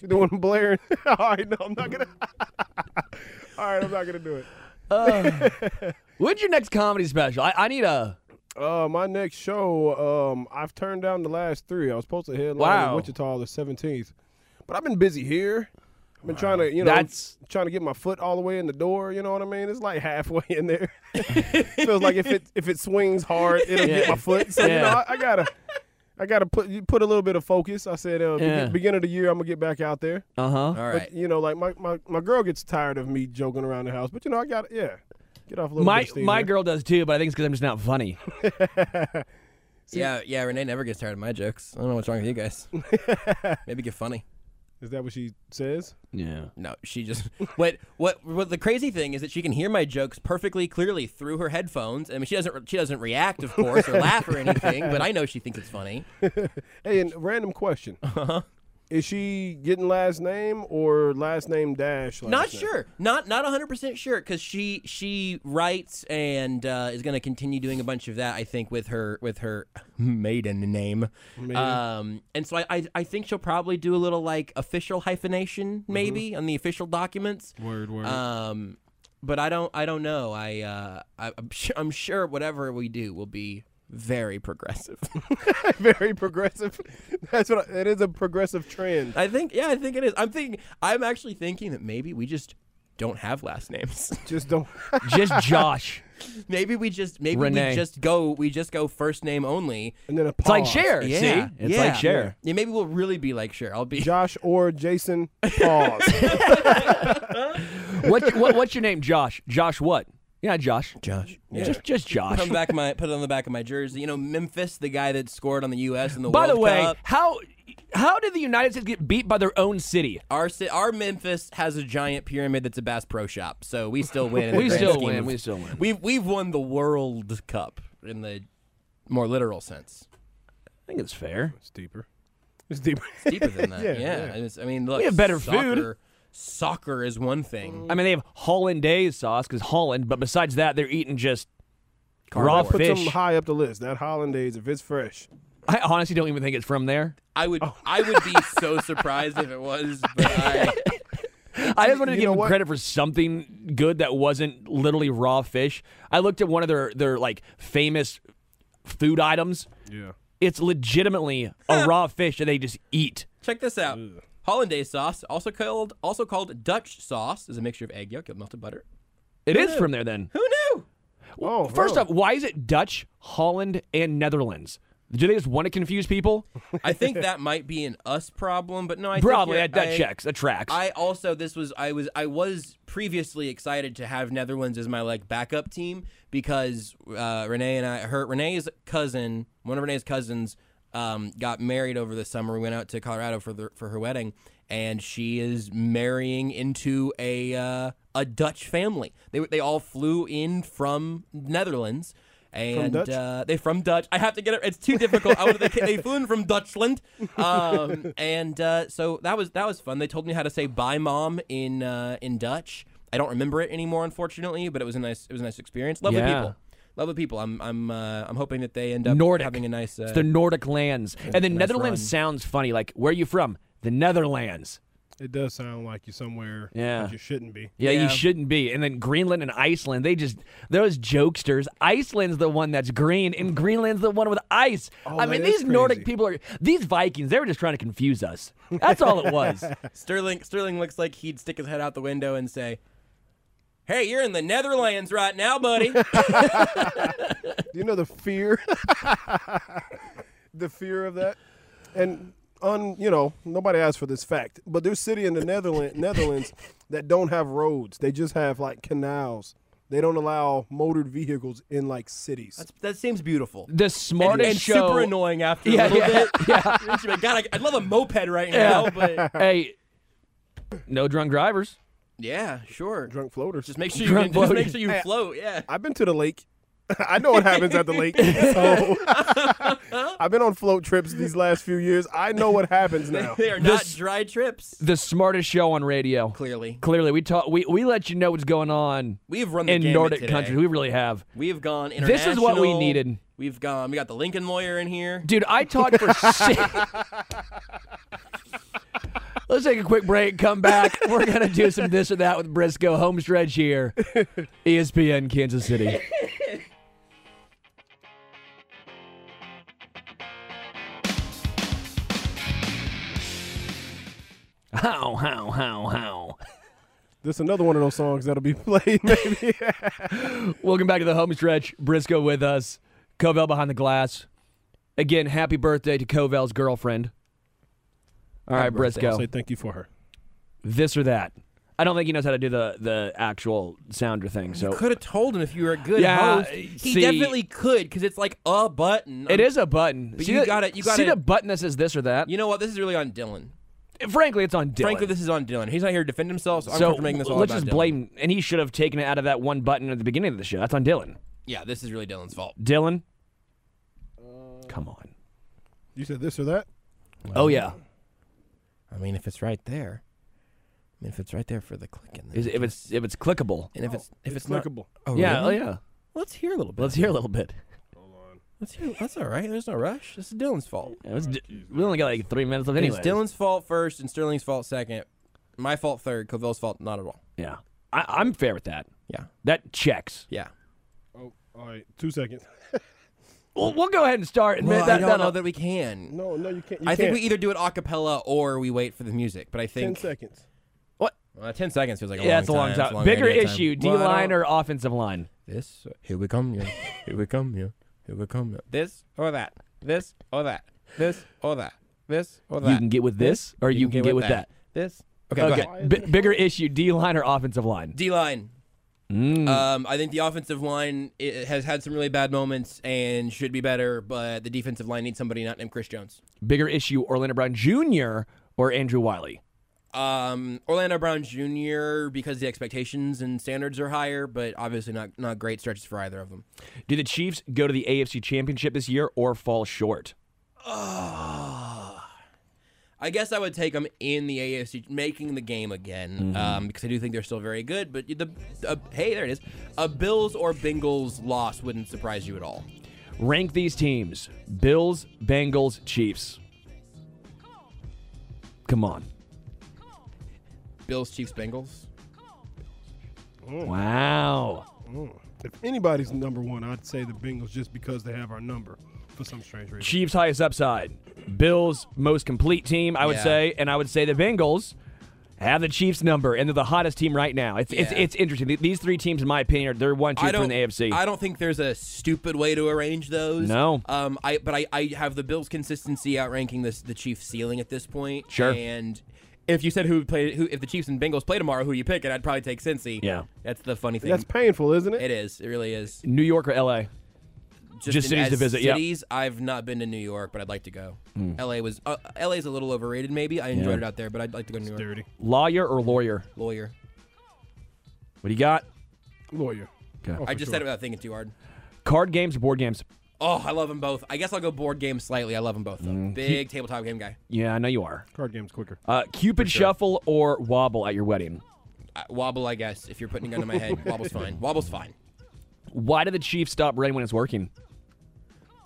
[SPEAKER 4] you doing blaring? all right, no, I'm not gonna. all right, I'm not gonna do it.
[SPEAKER 2] When's your next comedy special? I, I need a.
[SPEAKER 4] Uh, my next show, um, I've turned down the last three. I was supposed to headline
[SPEAKER 2] Wow.
[SPEAKER 4] in Wichita the 17th, but I've been busy here. I've been trying to, you know,
[SPEAKER 2] That's-
[SPEAKER 4] trying to get my foot all the way in the door. You know what I mean? It's like halfway in there. Feels like if it if it swings hard, it'll
[SPEAKER 2] Yeah.
[SPEAKER 4] get my foot. So you know,
[SPEAKER 2] Yeah.
[SPEAKER 4] I, I gotta, I gotta put you put a little bit of focus. I said,
[SPEAKER 2] Yeah.
[SPEAKER 4] uh, begin, beginning of the year, I'm gonna get back out there.
[SPEAKER 2] Uh huh.
[SPEAKER 3] All
[SPEAKER 4] But
[SPEAKER 3] right.
[SPEAKER 4] you know, like my, my my girl gets tired of me joking around the house, but you know, I got to yeah, get off a little.
[SPEAKER 2] My
[SPEAKER 4] bit of steam
[SPEAKER 2] my
[SPEAKER 4] there.
[SPEAKER 2] girl does too, but I think it's because I'm just not funny.
[SPEAKER 3] yeah, yeah, Renee never gets tired of my jokes. I don't know what's wrong with you guys. Maybe get funny.
[SPEAKER 4] Is that what she says?
[SPEAKER 2] Yeah.
[SPEAKER 3] No, she just what what what the crazy thing is that she can hear my jokes perfectly clearly through her headphones. I mean, she doesn't she doesn't react, of course, or laugh or anything, but I know she thinks it's funny.
[SPEAKER 4] Hey, and random question. Is she getting last name or last name dash? Last
[SPEAKER 3] Not
[SPEAKER 4] name?
[SPEAKER 3] sure. Not not 100% sure cuz she she writes and uh, is going to continue doing a bunch of that I think with her with her maiden name. Um and so I, I I think she'll probably do a little like official hyphenation maybe on the official documents.
[SPEAKER 6] Word, word.
[SPEAKER 3] Um but I don't I don't know. I uh I, I'm, sure, I'm sure whatever we do will be very progressive.
[SPEAKER 4] Very progressive. That's what. I, that is a progressive trend.
[SPEAKER 3] I think yeah, I think it is. I'm thinking I'm actually thinking that maybe we just don't have last names.
[SPEAKER 4] Just don't.
[SPEAKER 2] Just Josh.
[SPEAKER 3] Maybe we just maybe
[SPEAKER 2] Renee.
[SPEAKER 3] we just go we just go first name only.
[SPEAKER 4] And then a
[SPEAKER 2] It's like
[SPEAKER 4] pause.
[SPEAKER 2] share.
[SPEAKER 3] Yeah,
[SPEAKER 2] See? It's
[SPEAKER 3] yeah.
[SPEAKER 2] like share.
[SPEAKER 3] Yeah, maybe we'll really be like sure. I'll be
[SPEAKER 4] Josh or Jason. Pause.
[SPEAKER 2] What, what, what's your name? Josh. Josh what? Yeah, Josh.
[SPEAKER 3] Josh.
[SPEAKER 2] Just, just Josh.
[SPEAKER 3] Put on back my put it on the back of my jersey. You know Memphis, the guy that scored on the U.S. in the
[SPEAKER 2] By
[SPEAKER 3] World
[SPEAKER 2] the way,
[SPEAKER 3] Cup.
[SPEAKER 2] how how did the United States get beat by their own city?
[SPEAKER 3] Our ci- our Memphis has a giant pyramid that's a Bass Pro Shop, so we still win. in the
[SPEAKER 2] We
[SPEAKER 3] grand
[SPEAKER 2] still
[SPEAKER 3] scheme
[SPEAKER 2] win,
[SPEAKER 3] of-
[SPEAKER 2] we still win.
[SPEAKER 3] We've we've won the World Cup in the more literal sense.
[SPEAKER 2] I think it's fair.
[SPEAKER 4] It's deeper. It's deeper.
[SPEAKER 3] Deeper than that,
[SPEAKER 4] Yeah,
[SPEAKER 3] yeah.
[SPEAKER 4] yeah.
[SPEAKER 3] It's- I mean, look,
[SPEAKER 2] have better food. Mm.
[SPEAKER 3] soccer, Soccer is one thing.
[SPEAKER 2] I mean, they have hollandaise sauce because Holland, but besides that, they're eating just raw
[SPEAKER 4] I'll put
[SPEAKER 2] fish.
[SPEAKER 4] them high up the list. That hollandaise, if it's fresh.
[SPEAKER 2] I honestly don't even think it's from there.
[SPEAKER 3] I would I would be so surprised if it was. But I,
[SPEAKER 2] I just wanted to
[SPEAKER 4] You
[SPEAKER 2] give
[SPEAKER 4] know
[SPEAKER 2] them
[SPEAKER 4] what?
[SPEAKER 2] credit for something good that wasn't literally raw fish. I looked at one of their their like famous food items.
[SPEAKER 4] Yeah.
[SPEAKER 2] It's legitimately a raw fish that they just eat.
[SPEAKER 3] check this out. Hollandaise sauce, also called also called Dutch sauce, is a mixture of egg yolk and melted butter.
[SPEAKER 2] It is from there then.
[SPEAKER 3] Who knew?
[SPEAKER 4] Oh,
[SPEAKER 2] First
[SPEAKER 4] wow.
[SPEAKER 2] off, why is it Dutch, Holland, and Netherlands? Do they just want to confuse people?
[SPEAKER 3] I think that might be an us problem, but no, I
[SPEAKER 2] Probably.
[SPEAKER 3] Think
[SPEAKER 2] That,
[SPEAKER 3] you're-
[SPEAKER 2] that
[SPEAKER 3] I,
[SPEAKER 2] checks. That tracks.
[SPEAKER 3] I also this was I was I was previously excited to have Netherlands as my like backup team because uh, Renee and I her Renee's cousin one of Renee's cousins um, got married over the summer. We went out to Colorado for the, for her wedding, and she is marrying into a uh, a Dutch family. They they all flew in from Netherlands. And
[SPEAKER 4] Dutch?
[SPEAKER 3] Uh, they from Dutch. I have to get it. It's too difficult. I would, they, they flew in from Dutchland, um, and uh, so that was that was fun. They told me how to say "bye, mom" in uh, in Dutch. I don't remember it anymore, unfortunately, but it was a nice it was a nice experience. Lovely
[SPEAKER 2] Yeah.
[SPEAKER 3] people, lovely people. I'm I'm uh, I'm hoping that they end up
[SPEAKER 2] Nordic.
[SPEAKER 3] having a nice. Uh,
[SPEAKER 2] It's the Nordic lands. And the Netherlands
[SPEAKER 3] run.
[SPEAKER 2] sounds funny. Like, where are you from? The Netherlands.
[SPEAKER 4] it does sound like you're somewhere
[SPEAKER 2] Yeah.
[SPEAKER 4] that you shouldn't be.
[SPEAKER 2] Yeah,
[SPEAKER 3] Yeah.
[SPEAKER 2] you shouldn't be. And then Greenland and Iceland, they just those jokesters. Iceland's the one that's green, and Greenland's the one with ice. I
[SPEAKER 3] Oh,
[SPEAKER 4] that
[SPEAKER 2] mean,
[SPEAKER 4] is
[SPEAKER 2] these Nordic
[SPEAKER 4] crazy.
[SPEAKER 2] people are these Vikings. They were just trying to confuse us. That's all it was.
[SPEAKER 3] Sterling Sterling looks like he'd stick his head out the window and say. Hey, you're in the Netherlands right now, buddy.
[SPEAKER 4] Do you know the fear? the fear of that, and on you know nobody asked for this fact, but there's city in the Netherlands Netherlands that don't have roads. They just have like canals. They don't allow motored vehicles in like cities.
[SPEAKER 3] That's, that seems beautiful.
[SPEAKER 2] The smartest
[SPEAKER 3] and
[SPEAKER 2] show.
[SPEAKER 3] super annoying after
[SPEAKER 2] Yeah,
[SPEAKER 3] a little
[SPEAKER 2] yeah,
[SPEAKER 3] bit. You're just like, God, I, I'd love a moped right now, but
[SPEAKER 2] hey, no drunk drivers.
[SPEAKER 3] yeah, sure.
[SPEAKER 4] Drunk floaters.
[SPEAKER 3] Just make sure you
[SPEAKER 2] Drunk
[SPEAKER 3] can, just make
[SPEAKER 2] floating.
[SPEAKER 3] sure you float. Yeah.
[SPEAKER 4] I've been to the lake. I know what happens at the lake. So I've been on float trips these last few years. I know what happens now.
[SPEAKER 3] They are not
[SPEAKER 2] This-
[SPEAKER 3] dry trips.
[SPEAKER 2] The smartest show on radio.
[SPEAKER 3] Clearly,
[SPEAKER 2] Clearly, we talk. We we let you know what's going on
[SPEAKER 3] we've run the
[SPEAKER 2] in
[SPEAKER 3] gamut
[SPEAKER 2] Nordic
[SPEAKER 3] today.
[SPEAKER 2] countries. We really have.
[SPEAKER 3] We have gone
[SPEAKER 2] This
[SPEAKER 3] international.
[SPEAKER 2] is what we needed.
[SPEAKER 3] We've gone. We got the Lincoln lawyer in here.
[SPEAKER 2] Dude, I taught for six. Let's take a quick break, come back. We're going to do some this or that with Briscoe. Home stretch here. E ESPN Kansas City. How, how, how, how.
[SPEAKER 4] This another one of those songs that'll be played maybe.
[SPEAKER 2] Welcome back to the home stretch. Briscoe with us. Covell behind the glass. Again, happy birthday to Covell's girlfriend. All right, Briscoe.
[SPEAKER 4] Say thank you for her.
[SPEAKER 2] this or that. I don't think he knows how to do the the actual sounder thing. So
[SPEAKER 3] Could have told him if you were a good
[SPEAKER 2] Oh. Yeah,
[SPEAKER 3] host. He
[SPEAKER 2] see-
[SPEAKER 3] definitely could because it's like a button.
[SPEAKER 2] it is a button.
[SPEAKER 3] you
[SPEAKER 2] the-
[SPEAKER 3] gotta- you
[SPEAKER 2] see
[SPEAKER 3] gotta-
[SPEAKER 2] the button that says this or that.
[SPEAKER 3] You know what? This is really on Dylan.
[SPEAKER 2] Frankly, it's on Dylan.
[SPEAKER 3] Frankly, this is on Dylan. He's not here to defend himself, so I'm
[SPEAKER 2] so
[SPEAKER 3] comfortable making this all
[SPEAKER 2] let's
[SPEAKER 3] about
[SPEAKER 2] just
[SPEAKER 3] Dylan.
[SPEAKER 2] blame, and he should have taken it out of that one button at the beginning of the show. That's on Dylan.
[SPEAKER 3] Yeah, this is really Dylan's fault.
[SPEAKER 2] Dylan, come on.
[SPEAKER 4] You said this or that?
[SPEAKER 2] Oh yeah,
[SPEAKER 3] I mean, if it's right there, I mean, if it's right there for the click, and then
[SPEAKER 2] Is,
[SPEAKER 3] it
[SPEAKER 2] if it's if it's clickable.
[SPEAKER 3] and if it's if it's, not,
[SPEAKER 4] clickable.
[SPEAKER 3] oh
[SPEAKER 2] yeah,
[SPEAKER 3] really?
[SPEAKER 2] oh yeah.
[SPEAKER 3] Let's hear a little bit.
[SPEAKER 2] Let's hear a little bit.
[SPEAKER 3] Let's hear. That's all right. There's no rush. This is Dylan's fault.
[SPEAKER 2] Yeah, let's do- we only got like three minutes left. Anyway,
[SPEAKER 3] It's Dylan's fault first, and Sterling's fault second. My fault third. Coville's fault not at all.
[SPEAKER 2] Yeah, I, I'm fair with that.
[SPEAKER 3] Yeah,
[SPEAKER 2] That checks.
[SPEAKER 3] yeah.
[SPEAKER 4] Oh, all right. Two seconds.
[SPEAKER 2] We'll, we'll go ahead and start. and
[SPEAKER 3] Well,
[SPEAKER 2] that-
[SPEAKER 3] I don't
[SPEAKER 2] that'll-
[SPEAKER 3] know that we can.
[SPEAKER 4] No, no, you can't. You
[SPEAKER 3] I think
[SPEAKER 4] can't.
[SPEAKER 3] we either do it a cappella or we wait for the music. But I
[SPEAKER 4] Ten
[SPEAKER 3] think
[SPEAKER 4] seconds.
[SPEAKER 3] uh, ten seconds feels like a
[SPEAKER 2] yeah,
[SPEAKER 3] long
[SPEAKER 2] it's a long
[SPEAKER 3] It's
[SPEAKER 2] time.
[SPEAKER 3] long
[SPEAKER 2] Bigger
[SPEAKER 3] radio time.
[SPEAKER 2] issue: D
[SPEAKER 3] Well, I don't-
[SPEAKER 2] line or offensive line?
[SPEAKER 3] This here we come, yeah. Here we come, yeah. Here we come, yeah. This or that. This or that. This or that. This or that.
[SPEAKER 2] You can get with this, or you can get with that.
[SPEAKER 3] This. Okay. go
[SPEAKER 2] Okay.
[SPEAKER 3] ahead.
[SPEAKER 2] B- bigger issue: D line or offensive line?
[SPEAKER 3] D line.
[SPEAKER 2] Mm.
[SPEAKER 3] Um, I think the offensive line i has had some really bad moments and should be better, but the defensive line needs somebody not named Chris Jones.
[SPEAKER 2] Bigger issue: Orlando Brown Jr. or Andrew Wiley?
[SPEAKER 3] Um, Orlando Brown Jr. because the expectations and standards are higher, but obviously not not great stretches for either of them.
[SPEAKER 2] Do the Chiefs go to the AFC Championship this year or fall short?
[SPEAKER 3] I guess I would take them in the AFC, making the game again,
[SPEAKER 2] Mm-hmm.
[SPEAKER 3] um, because I do think they're still very good. But the uh, hey, there it is. A Bills or Bengals loss wouldn't surprise you at all.
[SPEAKER 2] Rank these teams: Bills, Bengals, Chiefs. Come on!
[SPEAKER 3] Bills, Chiefs, Bengals.
[SPEAKER 2] Wow.
[SPEAKER 4] If anybody's number one, I'd say the Bengals just because they have our number for some strange reason.
[SPEAKER 2] Chiefs highest upside. Bills most complete team, I would
[SPEAKER 3] Yeah.
[SPEAKER 2] say, and I would say the Bengals have the Chiefs number, and they're the hottest team right now. It's it's,
[SPEAKER 3] Yeah.
[SPEAKER 2] it's interesting. Th- These three teams, in my opinion, are they're one two
[SPEAKER 3] I
[SPEAKER 2] from
[SPEAKER 3] don't.
[SPEAKER 2] the AFC.
[SPEAKER 3] I don't think there's a stupid way to arrange those.
[SPEAKER 2] No.
[SPEAKER 3] Um. I. But I. I have the Bills' consistency outranking this the Chiefs' ceiling at this point.
[SPEAKER 2] Sure.
[SPEAKER 3] And if you said who would play, who if the Chiefs and Bengals play tomorrow, who you pick? And I'd probably take Cincy.
[SPEAKER 2] Yeah.
[SPEAKER 3] That's the funny thing.
[SPEAKER 4] That's painful, isn't it?
[SPEAKER 3] it is. It really is.
[SPEAKER 2] New York or LA? Just
[SPEAKER 3] in-
[SPEAKER 2] cities
[SPEAKER 3] as
[SPEAKER 2] to visit, yeah. Hmm.
[SPEAKER 3] Cities. I've not been to New York, but I'd like to go. L.A. was uh, L.A.'s a little overrated. Maybe I enjoyed
[SPEAKER 2] Yeah.
[SPEAKER 3] it out there, but I'd like to go to New York.
[SPEAKER 4] Dirty
[SPEAKER 2] Lawyer or lawyer?
[SPEAKER 3] Lawyer.
[SPEAKER 2] What do you got?
[SPEAKER 4] lawyer. Oh, for
[SPEAKER 3] I just
[SPEAKER 4] sure.
[SPEAKER 3] said it without thinking too hard.
[SPEAKER 2] Card games or board games?
[SPEAKER 3] Oh, I love them both. I guess I'll go board game slightly. I love them both. Though.
[SPEAKER 2] Mm.
[SPEAKER 3] Big tabletop game guy.
[SPEAKER 2] Yeah, I know you are.
[SPEAKER 4] Card game's quicker.
[SPEAKER 2] Uh, Cupid shuffle or wobble at your wedding?
[SPEAKER 3] I, wobble, I guess. If you're putting a gun to my head, wobble's fine. Wobble's fine.
[SPEAKER 2] Why do the Chiefs stop running when it's working?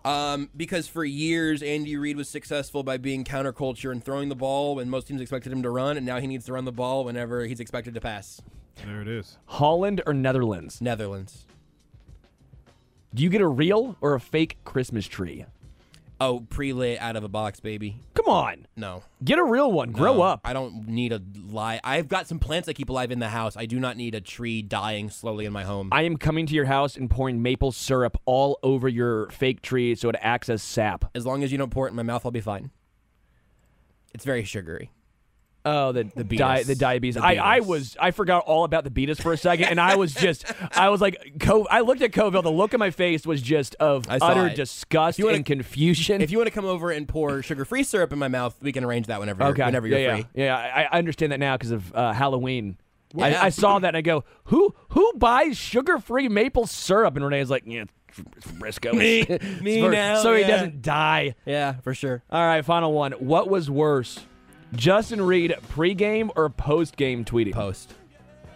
[SPEAKER 3] Um, because for years Andy Reid was successful by being counterculture and throwing the ball when most teams expected him to run, and now he needs to run the ball whenever he's expected to pass.
[SPEAKER 4] There it is.
[SPEAKER 2] Holland or Netherlands?
[SPEAKER 3] Netherlands.
[SPEAKER 2] Do you get a real or a fake Christmas tree?
[SPEAKER 3] Oh, pre-lit out of a box, baby.
[SPEAKER 2] Come on,
[SPEAKER 3] No.
[SPEAKER 2] get a real one. Grow
[SPEAKER 3] No,
[SPEAKER 2] up.
[SPEAKER 3] Um, I don't need a lie. I've got some plants I keep alive in the house. I do not need a tree dying slowly in my home.
[SPEAKER 2] I am coming to your house and pouring maple syrup all over your fake tree so it acts as sap.
[SPEAKER 3] as long as you don't pour it in my mouth, I'll be fine. It's very sugary.
[SPEAKER 2] Oh, the the
[SPEAKER 3] beetus.
[SPEAKER 2] the diabetes.
[SPEAKER 3] The
[SPEAKER 2] I, I
[SPEAKER 3] beetus.
[SPEAKER 2] was I forgot all about the beatus for a second, and I was just I was like, Co- I looked at Coville. The look on my face was just of
[SPEAKER 3] I saw
[SPEAKER 2] utter
[SPEAKER 3] it.
[SPEAKER 2] disgust
[SPEAKER 3] If you wanna-
[SPEAKER 2] and confusion.
[SPEAKER 3] If you want to come over and pour sugar-free syrup in my mouth, we can arrange that whenever,
[SPEAKER 2] okay,
[SPEAKER 3] whenever
[SPEAKER 2] yeah,
[SPEAKER 3] you're
[SPEAKER 2] yeah,
[SPEAKER 3] free.
[SPEAKER 2] yeah. I, I understand that now because of uh, Halloween. I,
[SPEAKER 3] Yeah.
[SPEAKER 2] I saw that and I go, who who buys sugar free maple syrup? And Renee's like, yeah, it's Frisco.
[SPEAKER 3] Me.
[SPEAKER 2] It's
[SPEAKER 3] Me
[SPEAKER 2] for-
[SPEAKER 3] now,
[SPEAKER 2] so he
[SPEAKER 3] yeah.
[SPEAKER 2] doesn't die.
[SPEAKER 3] Yeah, for sure.
[SPEAKER 2] All right, final one. What was worse, Justin Reed pregame or postgame tweeting?
[SPEAKER 3] Post.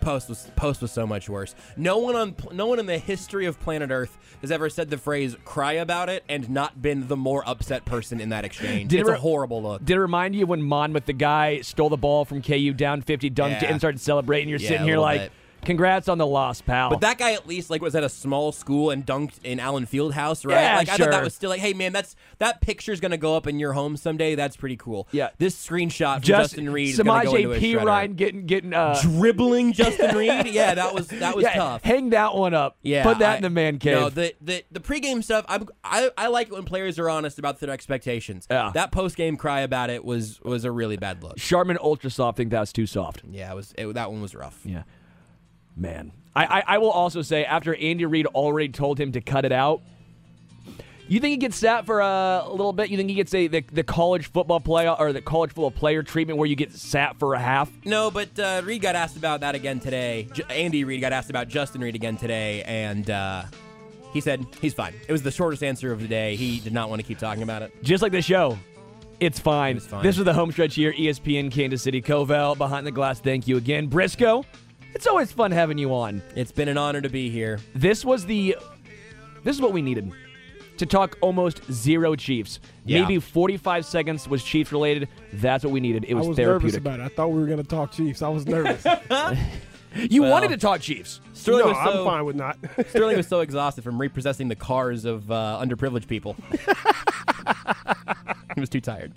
[SPEAKER 3] Post was post was so much worse. No one on pl- no one in the history of planet Earth has ever said the phrase "cry about it" and not been the more upset person in that exchange.
[SPEAKER 2] Did
[SPEAKER 3] it's
[SPEAKER 2] re-
[SPEAKER 3] a horrible look.
[SPEAKER 2] Did it remind you when Monmouth, the guy, stole the ball from KU down 50, dunked it,
[SPEAKER 3] Yeah.
[SPEAKER 2] and started celebrating? You're
[SPEAKER 3] Yeah,
[SPEAKER 2] sitting
[SPEAKER 3] a
[SPEAKER 2] here
[SPEAKER 3] little
[SPEAKER 2] like,
[SPEAKER 3] bit.
[SPEAKER 2] congrats on the loss, pal.
[SPEAKER 3] But that guy at least like was at a small school and dunked in Allen Fieldhouse, right?
[SPEAKER 2] Yeah,
[SPEAKER 3] like I
[SPEAKER 2] sure.
[SPEAKER 3] thought that was still like, hey man, that's that picture's gonna go up in your home someday. That's pretty cool.
[SPEAKER 2] Yeah.
[SPEAKER 3] this screenshot from
[SPEAKER 2] Just
[SPEAKER 3] Justin Reed, is gonna
[SPEAKER 2] Samaj
[SPEAKER 3] go into a
[SPEAKER 2] P.
[SPEAKER 3] shredder.
[SPEAKER 2] Ryan getting getting uh,
[SPEAKER 3] dribbling Justin Reed. Yeah, that was that was
[SPEAKER 2] yeah,
[SPEAKER 3] tough.
[SPEAKER 2] Hang that one up.
[SPEAKER 3] Yeah,
[SPEAKER 2] put that
[SPEAKER 3] I-
[SPEAKER 2] in the man cave.
[SPEAKER 3] No, the the, the pregame stuff. I'm, I I like it when players are honest about their expectations.
[SPEAKER 2] Yeah.
[SPEAKER 3] That postgame cry about it was was a really bad look.
[SPEAKER 2] Charmin Ultra Soft think that's too soft.
[SPEAKER 3] Yeah, it was it, that one was rough.
[SPEAKER 2] Yeah. Man. I, I, I will also say, after Andy Reid already told him to cut it out, you think he gets sat for uh, a little bit? You think he gets a, the, the college football play or the college football player treatment where you get sat for a half?
[SPEAKER 3] No, but uh, Reed got asked about that again today. J- Andy Reed got asked about Justin Reed again today, and uh, he said he's fine. It was the shortest answer of the day. He did not want to keep talking about it.
[SPEAKER 2] Just like the show. It's fine.
[SPEAKER 3] fine.
[SPEAKER 2] This was the home stretch here. E ESPN Kansas City. Covell, behind the glass. Thank you again. Briscoe, it's always fun having you on.
[SPEAKER 3] It's been an honor to be here.
[SPEAKER 2] This was the. This is what we needed to talk almost zero Chiefs.
[SPEAKER 3] Yeah.
[SPEAKER 2] Maybe 45 seconds was Chiefs related. That's what we needed. It
[SPEAKER 4] I
[SPEAKER 2] was,
[SPEAKER 4] was nervous
[SPEAKER 2] therapeutic.
[SPEAKER 4] about it. I thought we were going to talk Chiefs. I was nervous.
[SPEAKER 2] You
[SPEAKER 3] Well-
[SPEAKER 2] wanted to talk Chiefs.
[SPEAKER 3] Sterling
[SPEAKER 4] no,
[SPEAKER 3] was so
[SPEAKER 4] I'm fine with not.
[SPEAKER 3] Sterling was so exhausted from repossessing the cars of uh, underprivileged people. he was too tired.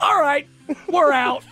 [SPEAKER 2] All right, we're out.